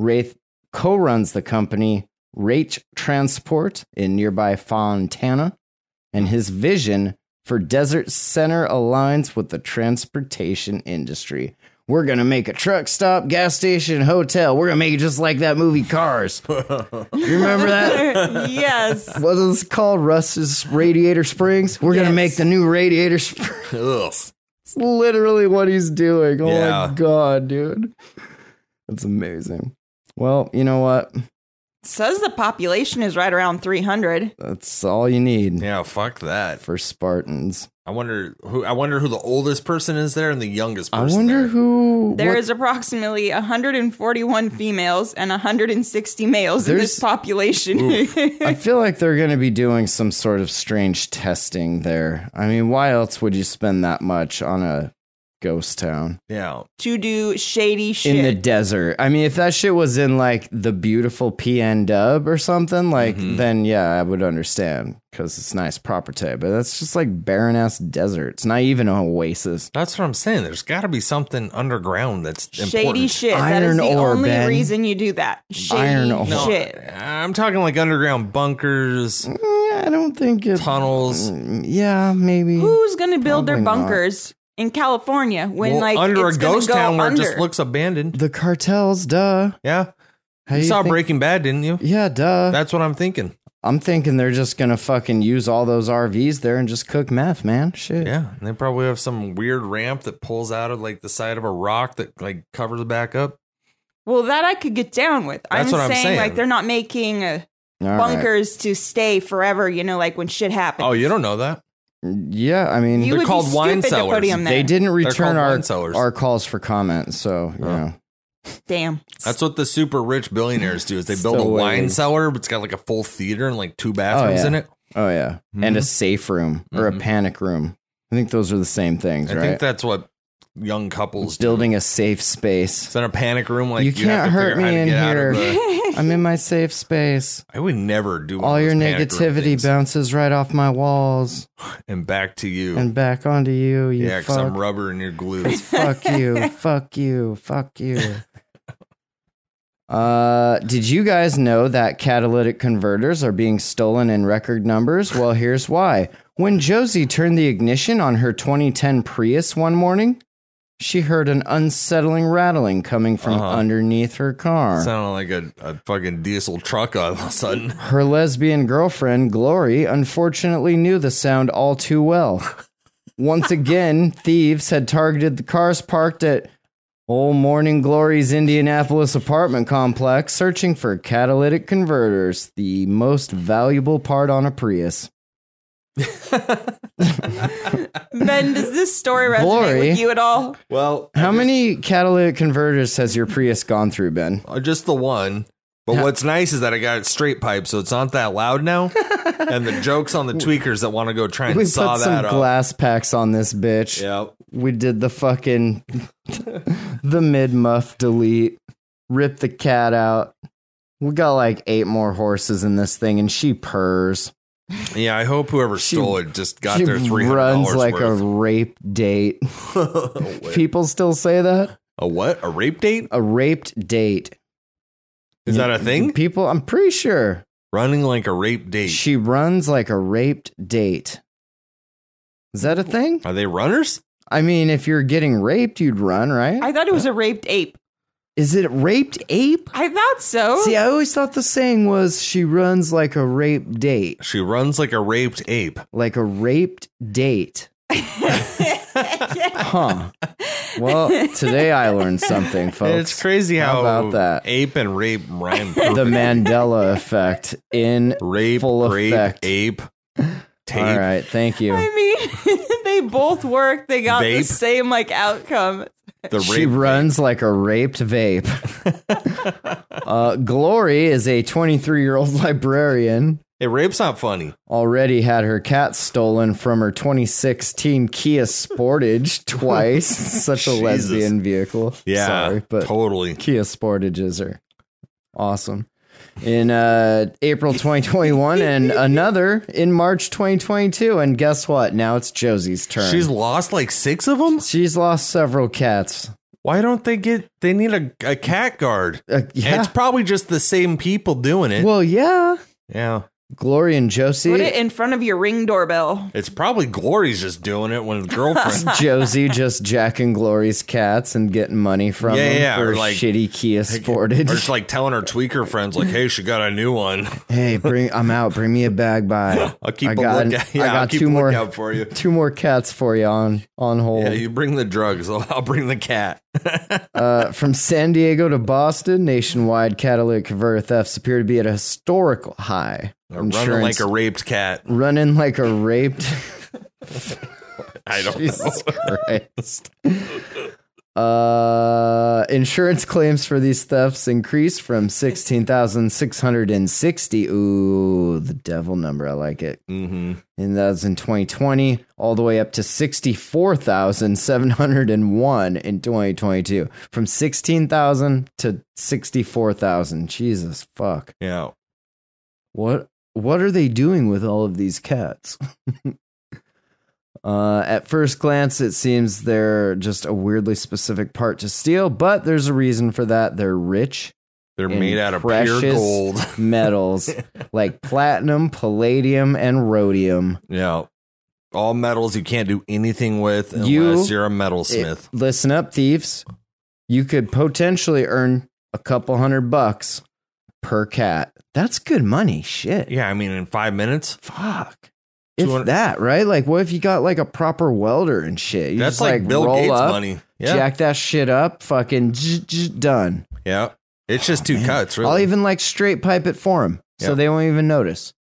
C: Wraith co runs the company Rake Transport in nearby Fontana, and his vision for Desert Center aligns with the transportation industry. We're going to make a truck stop, gas station, hotel. We're going to make it just like that movie Cars. You remember
B: (laughs)
C: that?
B: yes.
C: what is it called? Russ's Radiator Springs. We're gonna
B: Yes.
C: make the new Radiator
A: (laughs)
C: Springs.
A: Ugh.
C: That's literally what he's doing. Oh
A: Yeah.
C: my god, dude, that's amazing. Well, you know what?
B: Says the population is right around 300.
C: That's all you need
A: Yeah, fuck that.
C: for Spartans.
A: I wonder who I wonder who the oldest person is there and the youngest
C: I
A: person.
C: wonder
A: there.
C: who.
B: There
C: what-
B: is approximately 141 females and 160 males in
C: There's-
B: this population.
C: I feel like they're going to be doing some sort of strange testing there. I mean, why else would you spend that much on a ghost town?
A: Yeah.
B: (laughs) to do shady shit.
C: in the desert. I mean, if that shit was in like the beautiful PN dub or something, like
A: Mhm.
C: then yeah, I would understand because it's nice property. But that's just like barren ass desert. It's not even an oasis.
A: That's what I'm saying. There's gotta be something underground that's
B: Shady
A: important.
B: shit. that
C: Iron
B: is the
C: ore,
B: only
C: Ben.
B: reason you do that. Shady
C: Iron ore.
A: No,
B: shit.
A: I'm talking like underground bunkers,
C: Mm, I don't think it.
A: tunnels.
C: Mm, Yeah, maybe.
B: Who's gonna build their
C: Probably not.
B: bunkers in California when
A: Well,
B: like
A: under
B: it's
A: a
B: gonna
A: ghost
B: go
A: town where
B: under?
A: it just looks abandoned.
C: The cartels, duh.
A: Yeah.
C: How
A: you
C: do
A: saw
C: think-
A: Breaking Bad, didn't you?
C: Yeah, duh.
A: That's what I'm thinking.
C: I'm thinking they're just gonna fucking use all those RVs there and just cook meth, man. Shit.
A: Yeah. And they probably have some weird ramp that pulls out of like the side of a rock that like covers it back up.
B: well, that I could get down with.
A: That's
B: I'm,
A: what I'm
B: saying,
A: saying.
B: like they're not making uh,
C: All right.
B: bunkers to stay forever. You know, like when shit happens.
A: Oh, you don't know that.
C: Yeah, I mean,
B: you
A: they're
B: would
A: called
B: be
A: wine
B: stupid To
A: cellars.
B: put 'em there.
C: they didn't
A: called wine
C: return our
A: cellars.
C: our calls for comment, so you
A: Oh.
C: know.
B: Damn.
A: That's what the super rich billionaires do. Is they build a
C: Still
A: wine
C: waiting.
A: cellar, but it's got like a full theater and like two bathrooms
C: yeah.
A: in it.
C: Oh yeah, and a
A: Mhm.
C: safe room or a
A: Mhm.
C: panic room. I think those are the same things,
A: I
C: right?
A: think that's what young couples do.
C: Building a safe
A: It's
C: space.
A: in a panic room. Like
C: You
A: you, have
C: can't
A: to
C: hurt
A: figure out
C: me
A: how
C: in
A: to get out of
C: here.
A: the-
C: I'm in my safe space.
A: I would never do one of
C: All your
A: those panic room
C: negativity
A: things.
C: bounces right off my walls
A: and back to you.
C: and back onto you. You
A: yeah, because I'm
C: fuck.
A: rubber and you're glued. (laughs)
C: fuck you. Fuck you. Fuck you. Uh, did you guys know that catalytic converters are being stolen in record numbers? Well, here's why. When Josie turned the ignition on her 2010 Prius one morning, she heard an unsettling rattling coming from
A: Uh-huh.
C: underneath her car.
A: Sounded like a, a fucking diesel truck all of a sudden.
C: Her lesbian girlfriend, Glory, unfortunately knew the sound all too well. Once again, (laughs) thieves had targeted the cars parked at Old Morning Glory's Indianapolis apartment complex, searching for catalytic converters, the most valuable part on a Prius.
B: Ben, does this story resonate
C: Glory.
B: with you at all?
A: Well,
C: How many catalytic converters has your Prius gone through, Ben?
A: Uh, just the one. But what's nice is that I got it straight pipe, so it's not that loud
C: (laughs)
A: now. and the jokes on the tweakers that want to go try and
C: We put
A: saw
C: some
A: that uh, up.
C: glass packs on this bitch.
A: Yep.
C: we did the fucking the mid muff delete, rip the cat out. We got like eight more horses in this thing, and she purrs.
A: Yeah, I hope whoever
C: She-
A: stole it just got
C: she
A: their three hundred
C: runs
A: dollars
C: like
A: worth.
C: a rape date.
A: (laughs)
C: (laughs)
A: A,
C: People still say that
A: what? A rape date?
C: a raped date
A: Is that a thing?
C: People, I'm pretty sure
A: running like a rape date.
C: She runs like a raped date. Is that a thing?
A: Are they runners?
C: I mean, if you're getting raped, you'd run, right?
B: I thought it was a raped ape.
C: Is it raped ape?
B: I thought so.
C: See, I always thought the saying was she runs like a raped date.
A: She runs like a raped ape.
C: Like a raped date. Huh. Well, today I learned something, folks.
A: It's crazy
C: How
A: how,
C: about that?
A: ape and rape rhyme.
C: (laughs) the Mandela effect in
A: rape,
C: full
A: rape,
C: effect. (laughs)
A: ape, tape.
C: All right, thank you.
B: I mean, (laughs) they both work. They got the
A: Vape.
B: same like outcome.
A: The rape.
C: She runs like a raped
A: (laughs)
C: vape. uh, Glory is a 23 year old librarian.
A: Hey, rape's not funny.
C: Already had her cat stolen from her 2016 Kia Sportage
A: (laughs)
C: twice. Such a
A: Jesus.
C: lesbian vehicle.
A: Yeah,
C: Sorry, but
A: totally.
C: Kia Sportages are awesome. In uh, April
A: (laughs)
C: 2021, and another in March 2022. And guess what? Now it's Josie's turn.
A: She's lost like six of them.
C: She's lost several cats.
A: Why don't they get? They need a, a cat guard.
C: Uh,
A: And
C: yeah.
A: It's probably just the same people doing it.
C: Well, yeah.
A: yeah,
C: Glory and Josie.
A: (laughs)
B: Put it in front of your ring doorbell.
A: it's probably Glory's just doing it when the
C: (laughs)
A: girlfriend.
C: Josie just jacking Glory's cats and getting money from
A: Yeah,
C: them
A: yeah,
C: for
A: or like-
C: shitty Kia
A: Or
C: Sportage.
A: just like telling her tweaker friends, like, "Hey, she got a new one.
C: hey, bring I'm out. Bring me a bag by.
A: (laughs) I'll keep
C: I
A: a
C: got-
A: lookout. Yeah,
C: I
A: I
C: got
A: will keep
C: two
A: a
C: more-
A: lookout for you.
C: Two more cats for you on on hold.
A: Yeah, you bring the drugs. I'll, I'll bring the cat. (laughs)
C: Uh, from San Diego to Boston, nationwide catalytic converter thefts appear to be at a historical high.
A: Running like a raped cat.
C: running like a
A: (laughs)
C: raped.
A: I don't know.
C: (laughs) Jesus Christ. Uh, insurance claims for these thefts increased from 16,660. Ooh, the devil number. I like it.
A: (laughs) Mm-hmm.
C: And that was in 2020, all the way up to 64,701 in 2022. From 16,000 to 64,000. Jesus fuck.
A: Yeah.
C: What what are they doing with all of these cats? (laughs) uh, at first glance, it seems they're just a weirdly specific part to steal, but there's a reason for that. They're rich
A: They're
C: in
A: made out of pure
C: precious
A: gold. (laughs)
C: metals like platinum, palladium, and rhodium.
A: Yeah. All metals you can't do anything with unless
C: You-
A: you're a
C: It-
A: metalsmith.
C: listen up, thieves. You could potentially earn a couple hundred bucks per cat. That's good money. Shit.
A: yeah, I mean, in five minutes,
C: Fuck. If
A: 200
C: that, right? Like, what if you got like a proper welder and shit? You
A: that's
C: just,
A: like, Bill
C: roll
A: Gates
C: up,
A: money. Yeah.
C: Jack that shit up, fucking j- j- done.
A: yeah. It's just two cuts, really.
C: Oh, I'll even like straight pipe it for them so
A: Yeah.
C: they won't even notice.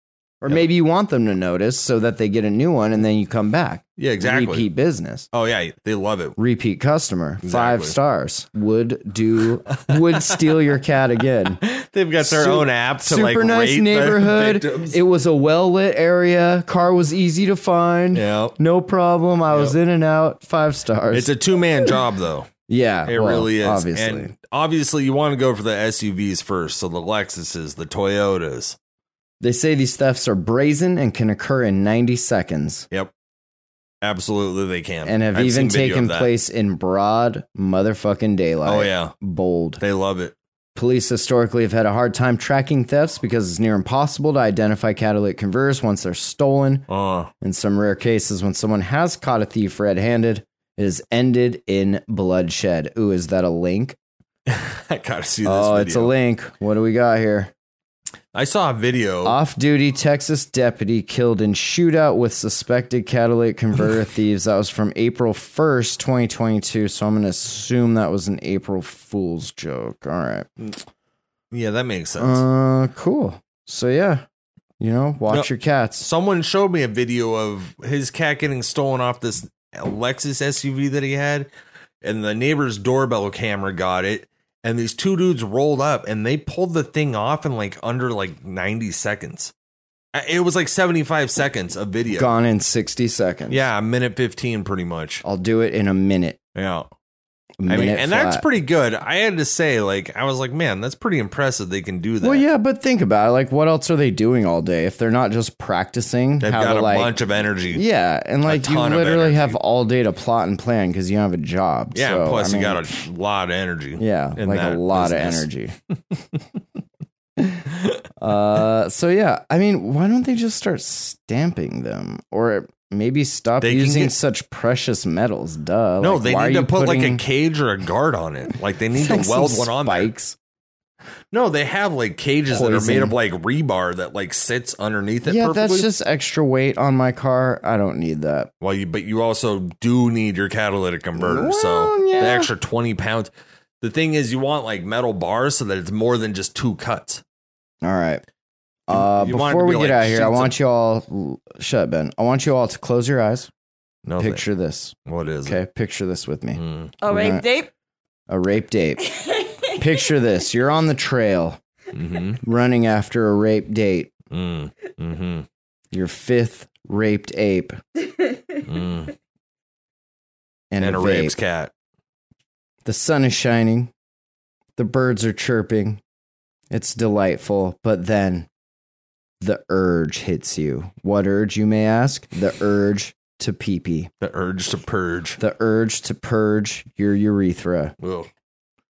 C: Or
A: Yeah.
C: maybe you want them to notice so that they get a new one and then you come back.
A: yeah, exactly.
C: Repeat business.
A: Oh, yeah. They love it.
C: Repeat customer. Five
A: Exactly.
C: stars. Would do,
A: (laughs)
C: would steal your cat again.
A: They've got their
C: Su-
A: own app to
C: Super
A: like
C: nice
A: rate the
C: neighborhood.
A: victims.
C: It was a well lit area. Car was easy to
A: (laughs)
C: find.
A: yeah.
C: No problem. I was
A: Yep.
C: in and out. Five stars.
A: It's a two man job, though.
C: yeah.
A: It
C: well,
A: really is.
C: Obviously.
A: And obviously, you want to go for the SUVs first. So the Lexuses, the Toyotas.
C: they say these thefts are brazen and can occur in 90 seconds
A: Absolutely, they can.
C: and have
A: I've seen
C: even
A: video of
C: taken
A: that.
C: place in broad motherfucking daylight.
A: Oh, yeah.
C: Bold.
A: They love it.
C: Police historically have had a hard time tracking thefts because it's near impossible to identify catalytic converters once they're stolen.
A: Uh, (laughs)
C: In some rare cases, when someone has caught a thief red handed, it has ended in bloodshed. Ooh, is that a link?
A: I got to see this.
C: Oh,
A: video.
C: it's a link. What do we got here?
A: I saw a video.
C: Off duty Texas deputy killed in shootout with suspected
A: (laughs)
C: catalytic converter thieves. That was from April 1st, 2022. So I'm going to assume that was an April Fool's joke. All right.
A: yeah, that makes sense.
C: Uh, cool. So, yeah, you know, watch
A: No.
C: your cats.
A: Someone showed me a video of his cat getting stolen off this Lexus SUV that he had, and the neighbor's doorbell camera got it. And these two dudes rolled up and they pulled the thing off in like under like 90 seconds. Uh, It was like 75 seconds of video.
C: Gone in 60 seconds.
A: Yeah, a minute 15 pretty much.
C: I'll do it in a minute.
A: Yeah.
C: A
A: I mean,
C: minute
A: and that's
C: flat.
A: pretty good. I had to say, like, I was like, man, that's pretty impressive they can do that.
C: Well, yeah, but think about it. Like, what else are they doing all day if they're not just practicing?
A: They've
C: how
A: got
C: to,
A: a
C: like,
A: bunch of energy.
C: Yeah, and like you
A: ton of
C: literally
A: energy.
C: have all day to plot and plan because you don't have a job.
A: Yeah,
C: so,
A: plus
C: I mean,
A: you got a lot of energy.
C: yeah,
A: in
C: like a
A: that
C: lot
A: business.
C: of energy.
A: (laughs)
C: Uh, so yeah, I mean, why don't they just start stamping them, or maybe stop
A: They can
C: using
A: get-
C: such precious metals? Duh.
A: no,
C: Like,
A: they
C: why are
A: need to
C: you
A: put like a
C: putting-
A: cage or a guard on it. Like they need
C: (laughs) like
A: to
C: some
A: weld one on there.
C: spikes.
A: No, they have like cages that are made
C: Poison.
A: of like rebar that like sits underneath it.
C: yeah,
A: perfectly.
C: that's just extra weight on my car. I don't need that.
A: Well, you but you also do need your catalytic converter. so
C: Well, yeah.
A: the extra twenty pounds. The thing is, you want like metal bars so that it's more than just two cuts.
C: All right. Uh,
A: You- you want it
C: before
A: to
C: we
A: be like
C: get out of here, I
A: sheets of-
C: want you all shut, Ben. I want you all to close your eyes.
A: No, thank-
C: Picture this.
A: what is
C: Okay, picture this with
A: it?
C: me.
A: Mm.
B: Oh,
C: We're
B: wait,
C: not-
B: they.
C: A rape date. Picture this. You're on the trail
A: Mhm.
C: running after a rape date.
A: Mm. Mhm.
C: Your fifth raped ape
A: Mm. And,
C: and, a
A: a
C: vape.
A: rapes cat.
C: The sun is shining. The birds are chirping. It's delightful. But then the urge hits you. What urge, you may ask? The urge to pee pee.
A: The urge to purge.
C: The urge to purge your urethra.
A: Ugh.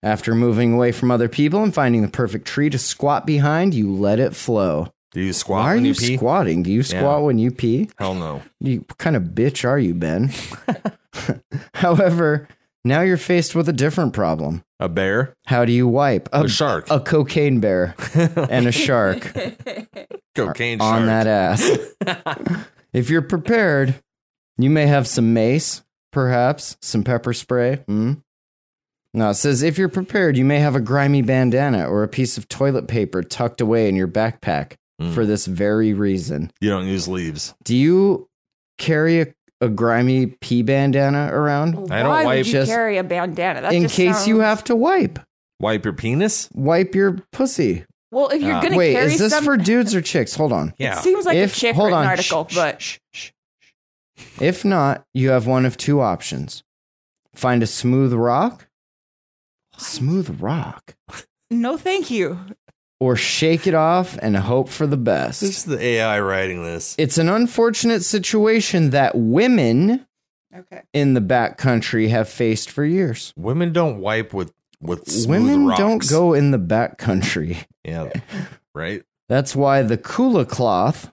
C: After moving away from other people and finding the perfect tree to squat behind, you let it flow.
A: Do you squat
C: Why are
A: when
C: you,
A: you pee?
C: squatting? Do you squat when you pee?
A: Hell no.
C: You, what kind of bitch are you, Ben? (laughs) However, now you're faced with a different problem.
A: A bear,
C: How do you wipe?
A: a shark,
C: a cocaine bear and a shark
A: cocaine shark.
C: on that ass. if you're prepared, you may have some mace, perhaps some pepper spray. Hmm? No, it says if you're prepared, you may have a grimy bandana or a piece of toilet paper tucked away in your backpack for this very reason.
A: You don't use leaves.
C: Do you carry a, a grimy pee bandana around?
A: I don't
B: Why
A: wipe-
B: would you
C: Just-
B: carry a bandana? That
C: in
B: just
C: case you
B: sounds-
C: have to wipe,
A: Wipe your penis.
C: wipe your pussy.
B: Well, if you're
A: Ah.
B: gonna
C: Wait,
B: carry
C: is this
B: some,
C: for dudes or chicks? Hold on.
A: Yeah.
B: it seems like
C: If-
B: a chick
C: hold
B: written
C: on,
B: article,
C: shh,
B: but
C: If not, you have one of two options. Find a smooth rock, smooth rock,
B: no, thank you.
C: or shake it off and hope for the
A: This
C: best.
A: is the AI writing this.
C: It's an unfortunate situation that women
B: Okay.
C: in the backcountry have faced for years.
A: Women don't wipe with with smooth
C: women
A: rocks.
C: don't go in the backcountry. (laughs)
A: Yeah. Right.
C: That's why the Kula cloth,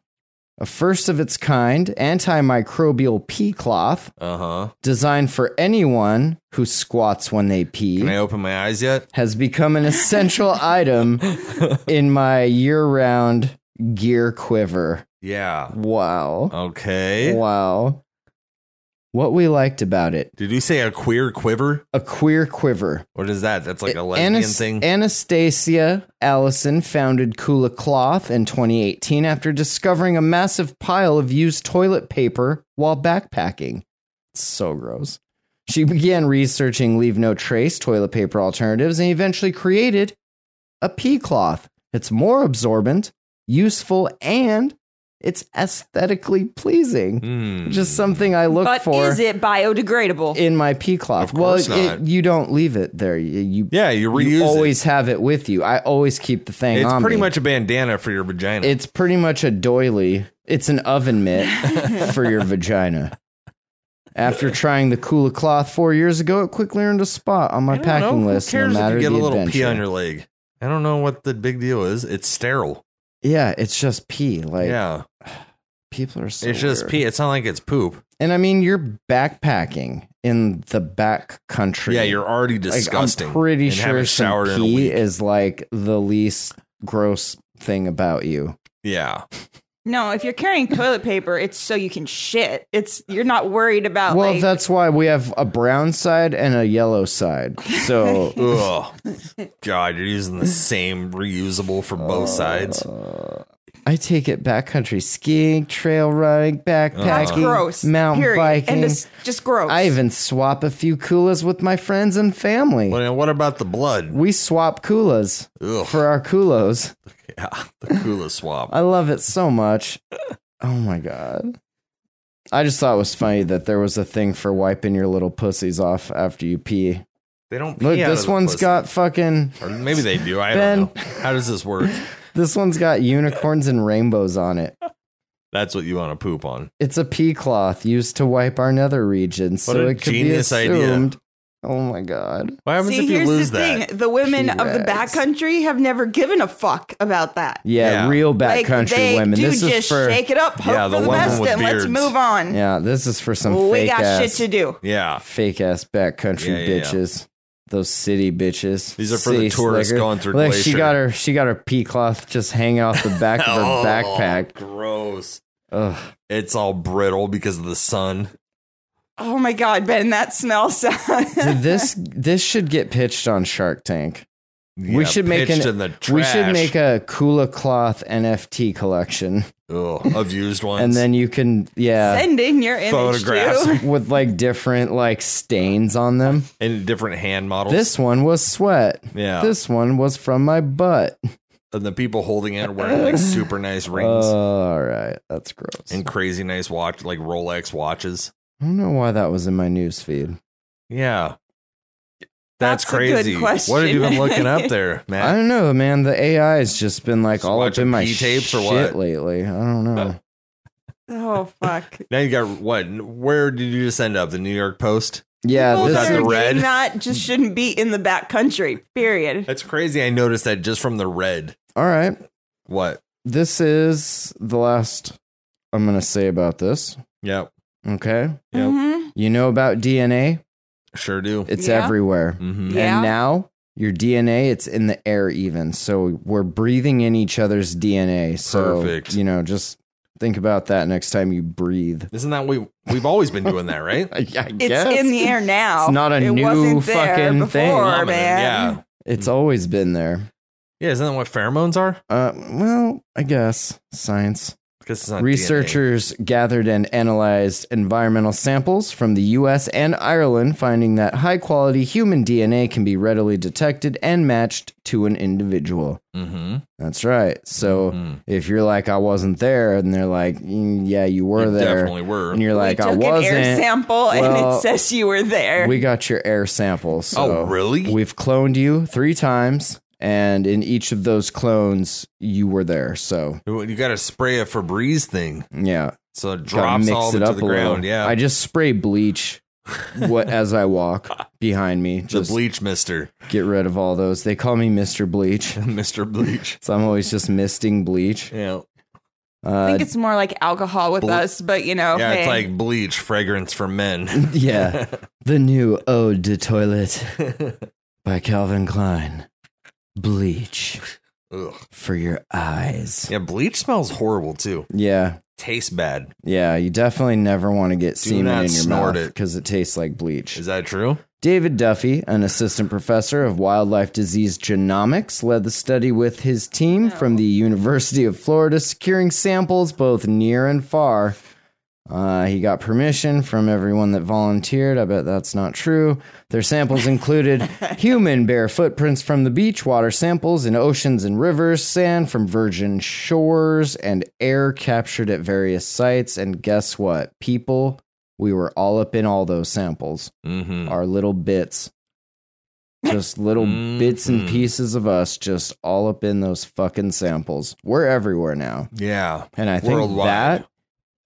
C: a first of its kind antimicrobial pee cloth
A: Uh huh.
C: designed for anyone who squats when they pee.
A: Can I open my eyes yet?
C: has become
A: (laughs)
C: an essential item in my year round gear quiver.
A: Yeah. Uh,
C: Wow.
A: Okay.
C: Wow. What we liked about it
A: Did you say a queer quiver?
C: a queer quiver.
A: What is that? That's like a lesbian
C: Anas-
A: thing.
C: Anastasia Allison founded Kula Cloth in 2018 after discovering a massive pile of used toilet paper while backpacking. So gross. She began researching leave no trace toilet paper alternatives and eventually created a pea cloth. It's more absorbent, useful, and it's aesthetically pleasing.
A: Hmm.
C: Just something I look
B: but
C: for
B: is it biodegradable?
C: in my pea cloth.
A: Of course
C: well,
A: not.
C: It, you don't leave it there. You, you
A: yeah, you reuse
C: you
A: it.
C: always have it with you. I always keep the thing
A: It's
C: on.
A: pretty
C: me.
A: much a bandana for your vagina.
C: It's pretty much a doily. It's an oven mitt for your vagina. After trying the Kula cloth four years ago, it quickly earned a spot on my
A: I don't know.
C: packing
A: Who
C: list.
A: cares
C: no
A: if
C: matter
A: you get
C: the
A: a little
C: adventure.
A: pee on your leg? I don't know what the big deal is. It's sterile.
C: yeah, it's just pee. Like
A: yeah,
C: people are. So
A: it's just
C: weird.
A: pee. It's not like it's poop.
C: And I mean, you're backpacking in the back country.
A: Yeah, you're already
C: like,
A: disgusting.
C: I'm pretty
A: and
C: sure
A: haven't
C: some
A: showered in a
C: pee
A: week.
C: is like the least gross thing about you.
A: yeah,
B: No, if you're carrying toilet paper, it's so you can shit. It's you're not worried about
C: Well,
B: Uh, like
C: that's why we have a brown side and a yellow side. So
B: (laughs)
C: (laughs)
A: Ugh. God, you're using the same reusable for both
C: Uh,
A: sides.
C: I take it backcountry skiing, trail running, backpacking,
B: that's gross.
C: mountain
B: period.
C: biking.
B: and it's just gross.
C: I even swap a few coolers with my friends and family.
A: Well, now what about the blood?
C: We swap coolers
A: Ugh.
C: for Uh, our culos.
A: Yeah, the coolest
C: (laughs)
A: swap.
C: I love it so much. Oh my god. I just thought it was funny that there was a thing for wiping your little pussies off after you pee.
A: They don't. Pee
C: Look,
A: out
C: this
A: of the
C: one's
A: pussy.
C: got fucking
A: Or maybe they do. I don't know.
C: Ben.
A: How does this work?
C: this one's got unicorns and rainbows on it.
A: That's what you want to poop on.
C: It's a pea cloth used to wipe our nether regions,
A: What
C: so
A: a
C: it could be
A: genius idea.
C: assumed Oh my god.
A: What happens
B: See,
A: if you
B: here's
A: lose
B: the
A: that?
B: thing: the women of the
C: T-Rex.
B: backcountry have never given a fuck about that.
C: Yeah,
A: Yeah.
C: real
B: like,
C: backcountry
B: they
C: women.
B: do
C: This is
B: just
C: for
B: shake it up, hope
A: Yeah,
B: for
A: the
B: the,
A: women
B: best,
A: with
B: and let's
A: beards.
B: move on.
C: Yeah, this is for some
B: we
C: fake
B: got
C: ass,
B: shit to do.
A: Yeah.
C: fake ass backcountry
A: Yeah, yeah, yeah.
C: bitches. Those city bitches.
A: These are for the
C: See,
A: tourists
C: Slicker.
A: going through
C: Look, she
A: Glacier.
C: got her she got her pea cloth just hanging off the back of
A: (laughs)
C: her
A: Oh,
C: backpack.
A: Gross.
C: Ugh.
A: It's all brittle because of the sun.
B: Oh my god, Ben, that (laughs) smells.
C: Dude, this this should get pitched on Shark Tank.
A: Yeah,
C: we should make
A: pitched
C: an
A: in the
C: we should make
A: trash.
C: a Kula cloth NFT collection,
A: Ugh, of used ones.
C: and then you can yeah
B: Send in your image
A: Photographs.
B: too.
C: with like different like stains on them.
A: and different hand models.
C: This one was sweat.
A: yeah.
C: This one was from my butt.
A: and the people holding it are wearing like super nice rings
C: Uh, all right, that's gross.
A: and crazy nice watch, like Rolex watches.
C: I don't know why that was in my news feed.
A: Yeah. That's,
B: That's a good
A: crazy. What have you been
B: question.
A: looking up there,
C: I
A: Matt?
C: don't know, man. The AI has just been like
A: Just
C: all up
A: watching
C: in my
A: pee
C: tapes
A: tapes
C: or
A: or
C: shit
A: what?
C: lately. I don't know.
B: Oh fuck.
A: Now you got what? Where did you just end up? The New York Post?
C: Yeah,
B: People
C: this
B: that
A: Dr.
B: are
C: is,
A: Red.
B: getting that just shouldn't be in the back country. Period.
A: That's crazy. I noticed that just from the red.
C: all right.
A: What?
C: This is the last I'm gonna say about this.
A: Yep.
C: Okay,
A: Yep.
B: Mhm.
C: you know about DNA?
A: Sure do.
C: It's
B: Yeah.
C: everywhere.
A: hmm
B: Yeah.
C: And now your DNA, it's in the air even. So we're breathing in each other's DNA. So,
A: Perfect.
C: you know, just think about that next time you breathe.
A: Isn't that we we've always been doing that, right?
C: (laughs) I, I
B: It's
C: guess.
B: in the air now.
C: It's not a
B: it
C: new
B: wasn't there
C: fucking thing.
B: before,
A: Phenomenon,
B: man.
A: Yeah.
C: It's always been there.
A: Yeah, isn't that what pheromones are?
C: Uh, well, I guess science.
A: Because it's not DNA.
C: Researchers gathered and analyzed environmental samples from the US and Ireland, finding that high quality human DNA can be readily detected and matched to an individual.
A: Mhm.
C: That's right. So
A: Mhm.
C: if you're like, I wasn't there, and they're like, "Mm, Yeah, you were
A: You
C: there,
A: definitely were.
C: and you're like,
B: we
C: I
B: took an air
C: wasn't.
B: sample and
C: Well,
B: it says you were there.
C: We got your air sample. So
A: oh, really?
C: We've cloned you three times, and in each of those clones, you were there. So
A: you got to spray a Febreze thing
C: yeah,
A: so it
C: Gotta
A: drops all into the
C: a little.
A: ground. Yeah,
C: I just
A: (laughs)
C: spray bleach. what as I walk behind me,
A: the
C: just
A: bleach mister, (laughs)
C: get rid of all those. They call me Mister Bleach,
A: Mister Bleach.
C: so I'm always just misting bleach.
A: Yeah,
B: I
C: Uh,
B: think it's more like alcohol with
A: Ble-
B: us, but you know,
A: yeah, it's
B: hey.
A: like bleach fragrance for
C: (laughs)
A: men. (laughs)
C: yeah, the new Ode to Toilet. by Calvin Klein. Bleach
A: Ugh.
C: for your eyes.
A: Yeah, bleach smells horrible too.
C: Yeah,
A: Tastes bad.
C: yeah. You definitely never want to get semen
A: not
C: in your
A: snort
C: mouth
A: it.
C: because it tastes like bleach.
A: Is that true?
C: David Duffy, an assistant professor of wildlife disease genomics, led the study with his team from the University of Florida, securing samples both near and far. Uh, he got permission from everyone that volunteered. I bet that's not true. Their samples included human bear footprints from the beach, water samples in oceans and rivers, sand from virgin shores, and air captured at various sites. And guess what? People, we were all up in all those samples
A: Mm-hmm.
C: are little bits. Just little
A: Mm,
C: bits and
A: mm.
C: pieces of us just all up in those fucking samples. We're everywhere now.
A: Yeah,
C: And I think
A: Worldwide.
C: that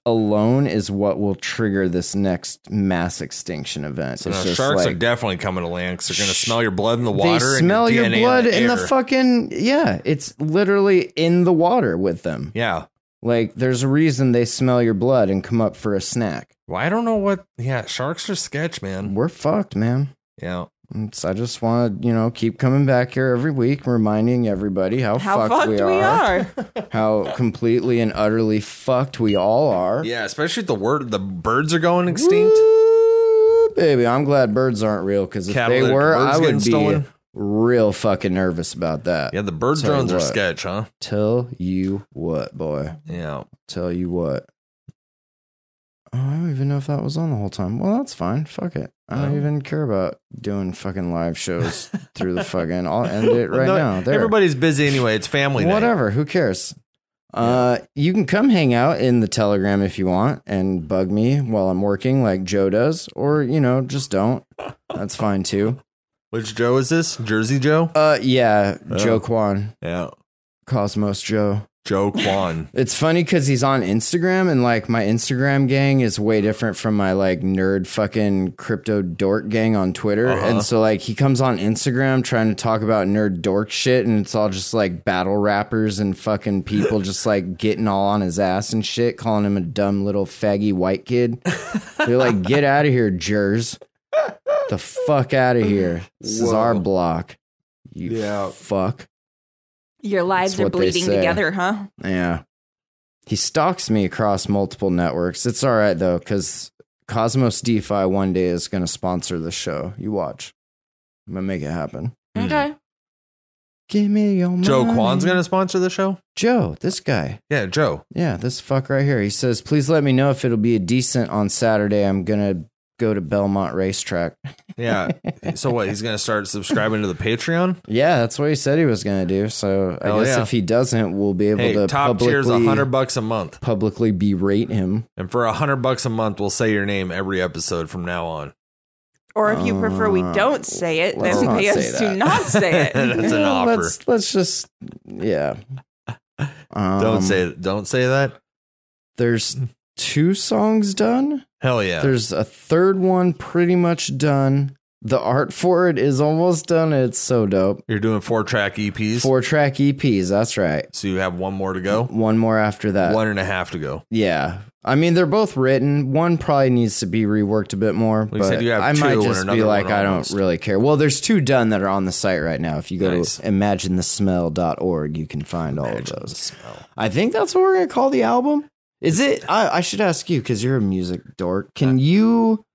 C: alone is what will trigger this next mass extinction event.
A: So
C: It's
A: now
C: just
A: Uh, sharks
C: like-
A: are definitely coming to land because they're going to
C: Sh-
A: smell your blood in the water.
C: They smell
A: and your,
C: your,
A: DNA
C: blood
A: in the,
C: in the
A: air.
C: fucking yeah. It's literally in the water with them.
A: Yeah.
C: Like there's a reason they smell your blood and come up for a snack.
A: Well, I don't know what. Yeah, sharks are sketch, man.
C: We're fucked, man.
A: Yeah.
C: It's- I just want to, you know, keep coming back here every week, reminding everybody how,
B: how
C: fucked, we, are, how completely and utterly fucked we all are.
A: Yeah, especially if the word the birds are going extinct.
C: Woo, baby, I'm glad birds aren't real because if they
A: Catalytic
C: were,
A: converters
C: I would
A: getting
C: be
A: stolen.
C: real fucking nervous about that.
A: Yeah, the bird
C: Tell you
A: drones are
C: what.
A: sketch, huh?
C: Tell you what, boy.
A: Yeah.
C: Tell you what. Oh, I don't even know if that was on the whole time. Well, that's fine. Fuck it. I don't
A: Oh.
C: even care about doing fucking
A: (laughs)
C: live shows through the fucking. I'll end it right
A: No,
C: now. There.
A: Everybody's busy anyway. It's family night.
C: Whatever. Who cares? Uh, you can come hang out in the Telegram if you want and bug me while I'm working, like Joe does, or you know, just don't. That's fine too.
A: Which Joe is this? Jersey Joe?
C: Uh, yeah,
A: Oh.
C: Joe Kwan,
A: Yeah.
C: Cosmos Joe.
A: Joe
C: (laughs)
A: Kwan.
C: It's funny because he's on Instagram, and like my Instagram gang is way different from my like nerd fucking crypto dork gang on Twitter.
A: Uh-huh.
C: And so like he comes on Instagram trying to talk about nerd dork shit, and it's all just like battle rappers and fucking
A: (laughs)
C: people just like getting all on his ass and shit, calling him a dumb little faggy white kid. They're like,
A: (laughs)
C: get out of here, Jers. The fuck out of here. This is our
A: Whoa.
C: block. You
A: Yeah.
C: fuck.
B: Your lives
C: That's
B: are
C: what they
B: bleeding
C: say.
B: together, huh?
C: Yeah. He stalks me across multiple networks. It's all right though, because Cosmos DeFi one day is going to sponsor the show. You watch. I'm gonna make it happen.
A: Hmm.
B: Okay.
C: Give me your money.
A: Joe Kwan's going to sponsor the show?
C: Joe, this guy.
A: Yeah, Joe.
C: Yeah, this fuck right here. He says, please let me know if it'll be a decent on Saturday. I'm gonna go to Belmont Racetrack. (laughs)
A: Yeah. so what? He's going to start subscribing to the Patreon?
C: Yeah, that's what he said he was gonna do. So I
A: Hell
C: guess
A: yeah.
C: if he doesn't, we'll be able
A: Hey,
C: to
A: top
C: publicly
A: tier's a hundred bucks a month,
C: publicly berate him.
A: and for a hundred bucks a month, we'll say your name every episode from now on.
B: Or if you prefer we
C: Uh,
B: don't say it,
C: let's
B: then
C: not
B: pay
C: say
B: us to
C: that.
B: not
C: (laughs)
B: say
A: That's
B: it.
A: an offer.
C: Let's let's just yeah.
A: (laughs) Don't
C: Um,
A: say don't say that.
C: There's two songs done.
A: Hell yeah.
C: There's a third one pretty much done. The art for it is almost done. It's so dope.
A: You're doing four track EPs,
C: Four track EPs. That's right.
A: so you have one more to go,
C: One more after that.
A: Oh. one and a half to go.
C: Yeah. I mean, they're both written. One probably needs to be reworked a bit more.
A: Well, you
C: but
A: said you have
C: I
A: two
C: might
A: and
C: just
A: another
C: be like,
A: one
C: I
A: almost.
C: don't really care. Well, there's two done that are on the site right now. If you go
A: Nice.
C: to imaginethesmell.org, you can find all
A: Imagine
C: of
A: the
C: those.
A: smell.
C: I think that's what we're gonna call the album. Is it? I, I should ask you because you're a music dork. Can you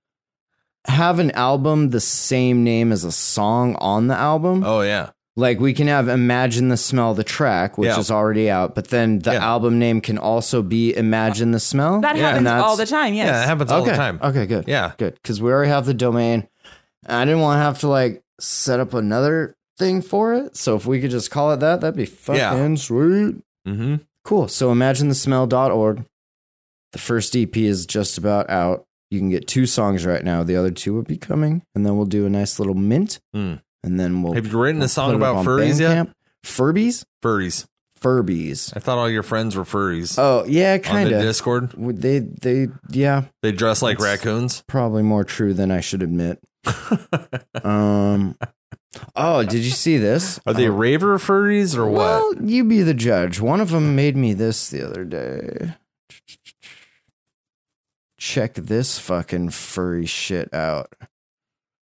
C: have an album the same name as a song on the album?
A: Oh yeah,
C: Like we can have "Imagine the Smell" the track, which
A: Yeah.
C: is already out, but then the
A: Yeah.
C: album name can also be "Imagine the
B: (laughs)
C: Smell."
B: That
A: Yeah,
B: happens
C: and that's-
B: all the time, yes.
A: yeah, it happens
C: okay. Uh,
A: all the time.
C: Okay, good.
A: Yeah,
C: good because we already have the domain. I didn't want to have to like set up another thing for it. So if we could just call it that, that'd be fucking
A: Yeah.
C: sweet.
A: hmm
C: Cool. So imagine the smell.org. The first EP is just about out. You can get two songs right now. The other two will be coming, and then we'll do a nice little mint.
A: Hmm.
C: And then we'll
A: Have you written a
C: we'll
A: song
C: put it
A: about
C: up on
A: furries yet?
C: Bandcamp. Furbies?
A: furries.
C: Furbies.
A: I thought all your friends were furries
C: Oh yeah,
A: on
C: kind
A: the
C: of.
A: Discord.
C: They they yeah,
A: They dress like
C: That's-
A: raccoons.
C: probably more true than I should admit.
A: (laughs)
C: um. Oh, did you see this?
A: Are they
C: Uh,
A: raver furries or what?
C: Well, you be the judge. One of them made me this the other day. Check this fucking furry shit out.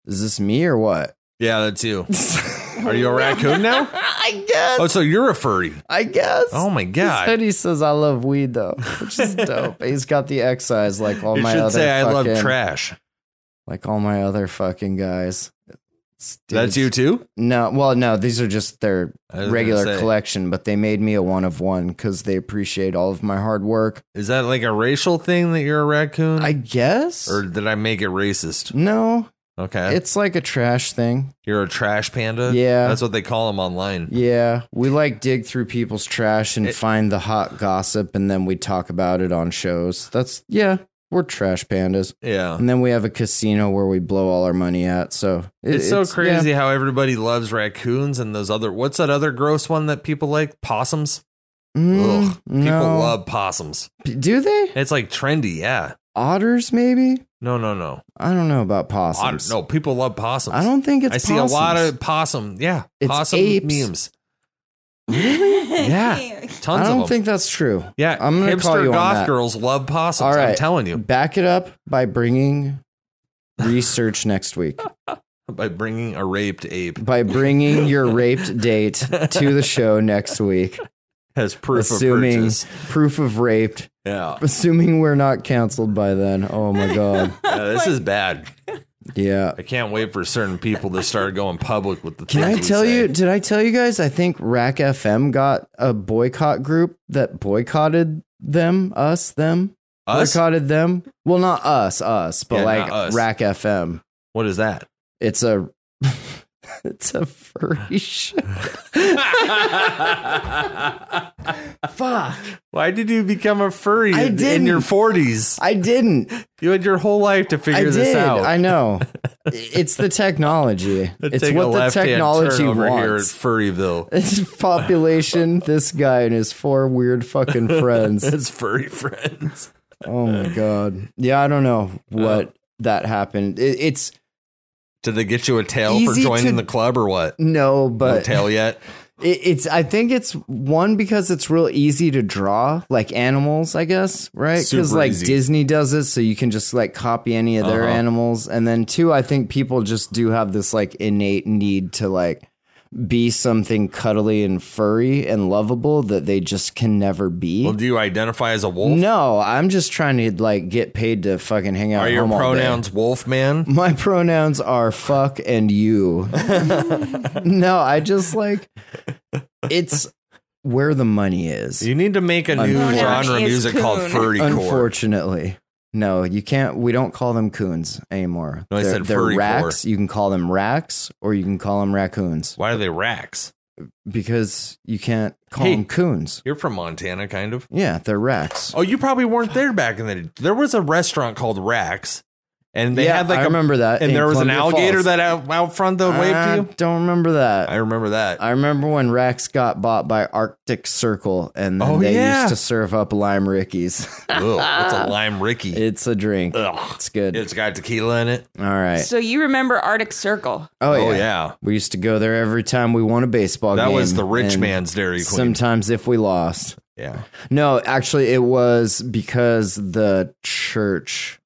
C: Is this me or what? (laughs)
A: yeah, that's you. Are you a raccoon now?
C: I guess.
A: Oh, so you're a furry.
C: I guess.
A: Oh my
C: His
A: god.
C: hoodie says I love weed though, which
A: (laughs)
C: is dope. He's got the excise like all
A: You
C: my
A: should
C: other
A: say I love
C: fucking-
A: trash.
C: like all my other fucking guys. It's- dude,
A: That's you
C: it's-
A: too.
C: No, well, no, these are just their
A: I was gonna
C: regular
A: say.
C: collection, but they made me a one of one because they appreciate all of my hard work.
A: Is that like a racial thing that you're a raccoon?
C: I guess.
A: or did I make it racist?
C: no,
A: Okay.
C: it's like a trash thing.
A: you're a trash panda?
C: Yeah.
A: That's what they call them online.
C: Yeah, we like dig through people's trash and
A: It-
C: find the hot gossip, and then we talk about it on shows. That's yeah, we're trash pandas.
A: Yeah.
C: And then we have a casino where we blow all our money at. So it-
A: It's, so
C: yeah.
A: crazy how everybody loves raccoons and those other what's that other gross one that people like? Possums?
C: Mm,
A: Ugh. People
C: no.
A: love possums.
C: P- Do they?
A: It's like trendy, yeah.
C: Otters, maybe.
A: No, no, no.
C: I don't know about
A: Otter,
C: possums.
A: no, people love possums.
C: I don't think it's.
A: I see a lot
C: possums.
A: of possum. Yeah.
C: It's
A: possum
C: apes.
A: memes.
B: (laughs) yeah.
A: Tons
C: I
A: of
C: don't
A: them.
C: think that's true.
A: yeah.
C: I'm gonna
A: hipster
C: call you on
A: goth
C: that.
A: girls love possums.
C: All
A: I'm
C: right.
A: telling you.
C: Back it up by bringing research next week.
A: By bringing a raped ape
C: By bringing your raped date to the show next week.
A: as proof of
C: assuming
A: purchase.
C: proof of raped. (laughs)
A: Yeah.
C: Assuming we're not canceled by then. Oh my god.
A: Yeah, this is bad.
C: Yeah.
A: I can't wait for certain people to start going public with the.
C: Can
A: things
C: I
A: we
C: tell
A: say.
C: you? Did I tell you guys? I think Rack FM got a boycott group that boycotted them, us, them,
A: Us?
C: boycotted them. Well, not us, us, but
A: Yeah,
C: like
A: not us.
C: Rack FM.
A: What is that?
C: It's a, (laughs) it's a furry show. Fuck!
A: Why did you become a furry
C: I
A: in, in
C: didn't.
A: your forties?
C: I didn't.
A: You had your whole life to figure
C: I
A: this
C: did.
A: (laughs) out.
C: I know. it's the technology. it's
A: Take a
C: what the
A: left-hand
C: technology
A: turn over here at
C: wants. (laughs)
A: Furryville.
C: It's
A: (laughs)
C: population, this guy and his four weird fucking friends.
A: It's furry friends.
C: Oh my god. Yeah, I don't know
A: Uh,
C: what that happened. It, it's
A: Did they get you a tail for
C: Easy
A: joining
C: to-
A: the club or what?
C: no,
A: No
C: but
A: tail yet?
C: It, it's. I think it's one because it's real easy to draw, like animals. I guess right because
A: Super
C: like
A: easy.
C: Disney does it, so you can just like copy any of their
A: Uh-huh.
C: animals. And then two, I think people just do have this like innate need to like be something cuddly and furry and lovable that they just can never be.
A: Well, do you identify as a wolf?
C: no, I'm just trying to like get paid to fucking hang out.
A: Are
C: at
A: your
C: home all day.
A: pronouns wolf man?
C: My pronouns are fuck and
A: (laughs)
C: you. no, I just like it's where the money is.
A: You need to make a new
C: Unfortunately.
A: genre of
B: Is
A: music called
B: coon.
A: furry core.
C: Unfortunately. No, you can't we don't call them coons anymore.
A: No, I
C: they're,
A: said
C: they're
A: furry
C: racks. You can call them racks or you can call them raccoons
A: Why are they racks?
C: because you can't call
A: Hey.
C: them coons.
A: You're from Montana, kind of.
C: Yeah, they're racks.
A: Oh, you probably weren't there back in the day. There was a restaurant called Racks, and they
C: yeah,
A: had like
C: I
A: a
C: remember that.
A: and
C: in
A: there was an
C: Columbia
A: alligator
C: Falls. Uh,
A: that out, out front that waved
C: I
A: to you.
C: don't remember that.
A: I remember that.
C: (laughs) I remember when Rex got bought by Arctic Circle, and then
A: Oh,
C: they
A: yeah.
C: used to serve up lime rickies. (laughs)
A: Ugh, that's a lime Ricky.
C: it's a drink.
A: Ugh.
C: It's good.
A: It's got tequila in it.
C: All right.
B: So you remember Arctic Circle?
C: oh,
A: Oh,
C: yeah.
A: yeah.
C: We used to go there every time we won a baseball
A: That
C: game.
A: was the rich
C: and
A: man's Dairy Queen.
C: Sometimes if we lost.
A: yeah.
C: No, actually, it was because the church.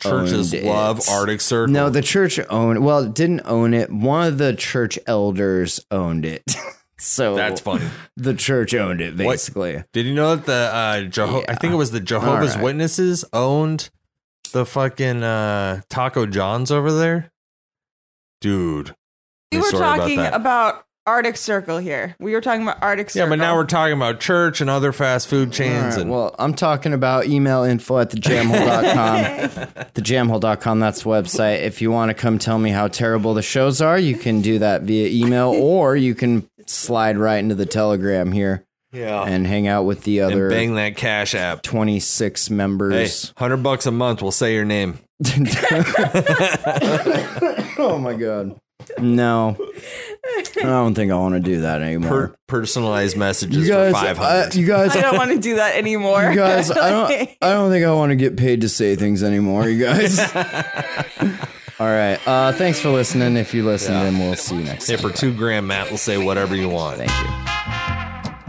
A: Churches
C: Owned
A: love
C: it.
A: Arctic Circle.
C: Oh, No, the church owned. Well, it didn't own it. One of the church elders owned it. (laughs) so
A: that's funny.
C: the church owned it,
A: What-
C: basically.
A: Did you know that the uh, Jeho- I think it was the Jehovah's
C: Alright.
A: Witnesses owned the fucking uh, Taco John's over there, dude.
B: We
A: I'm
B: were
A: sorry about
B: talking
A: that.
B: about, Arctic Circle here. We were talking about Arctic
A: Yeah,
B: Circle.
A: but now we're talking about church and other fast food chains
C: All right,
A: and
C: well, I'm talking about email info at thejamhole.com. thejamhole.com, that's the website. If you want to come tell me how terrible the shows are, you can do that via email or you can slide right into the Telegram here
A: yeah, Oh. and,
C: and hang out with the other
A: bang that cash app.
C: 26
A: Hey,
C: members.
A: hundred bucks a month, we'll say your name.
C: (laughs) oh my God. No. I don't think I want to do that anymore.
A: Per- personalized messages
C: you guys, uh,
A: for five hundred.
C: I-
B: (laughs)
C: you guys,
B: I don't want to do that anymore. (laughs)
C: you (laughs) guys, I don't,
B: Like-
C: I don't think I want to get paid to say things anymore, you guys. All right. Uh, thanks for listening. If you listen, then we'll see you next
A: Yeah,
C: time.
A: for two grand, Matt will say whatever you want.
C: Thank you.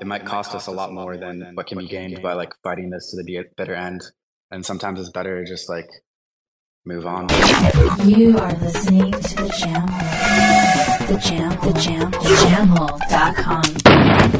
G: It might cost us a lot more than what can be gained by like fighting this to the bit- bitter end. And sometimes it's better to just like move on.
H: You are listening to the Jam Hole. The Jam, the Jam, the Jam Hole.com.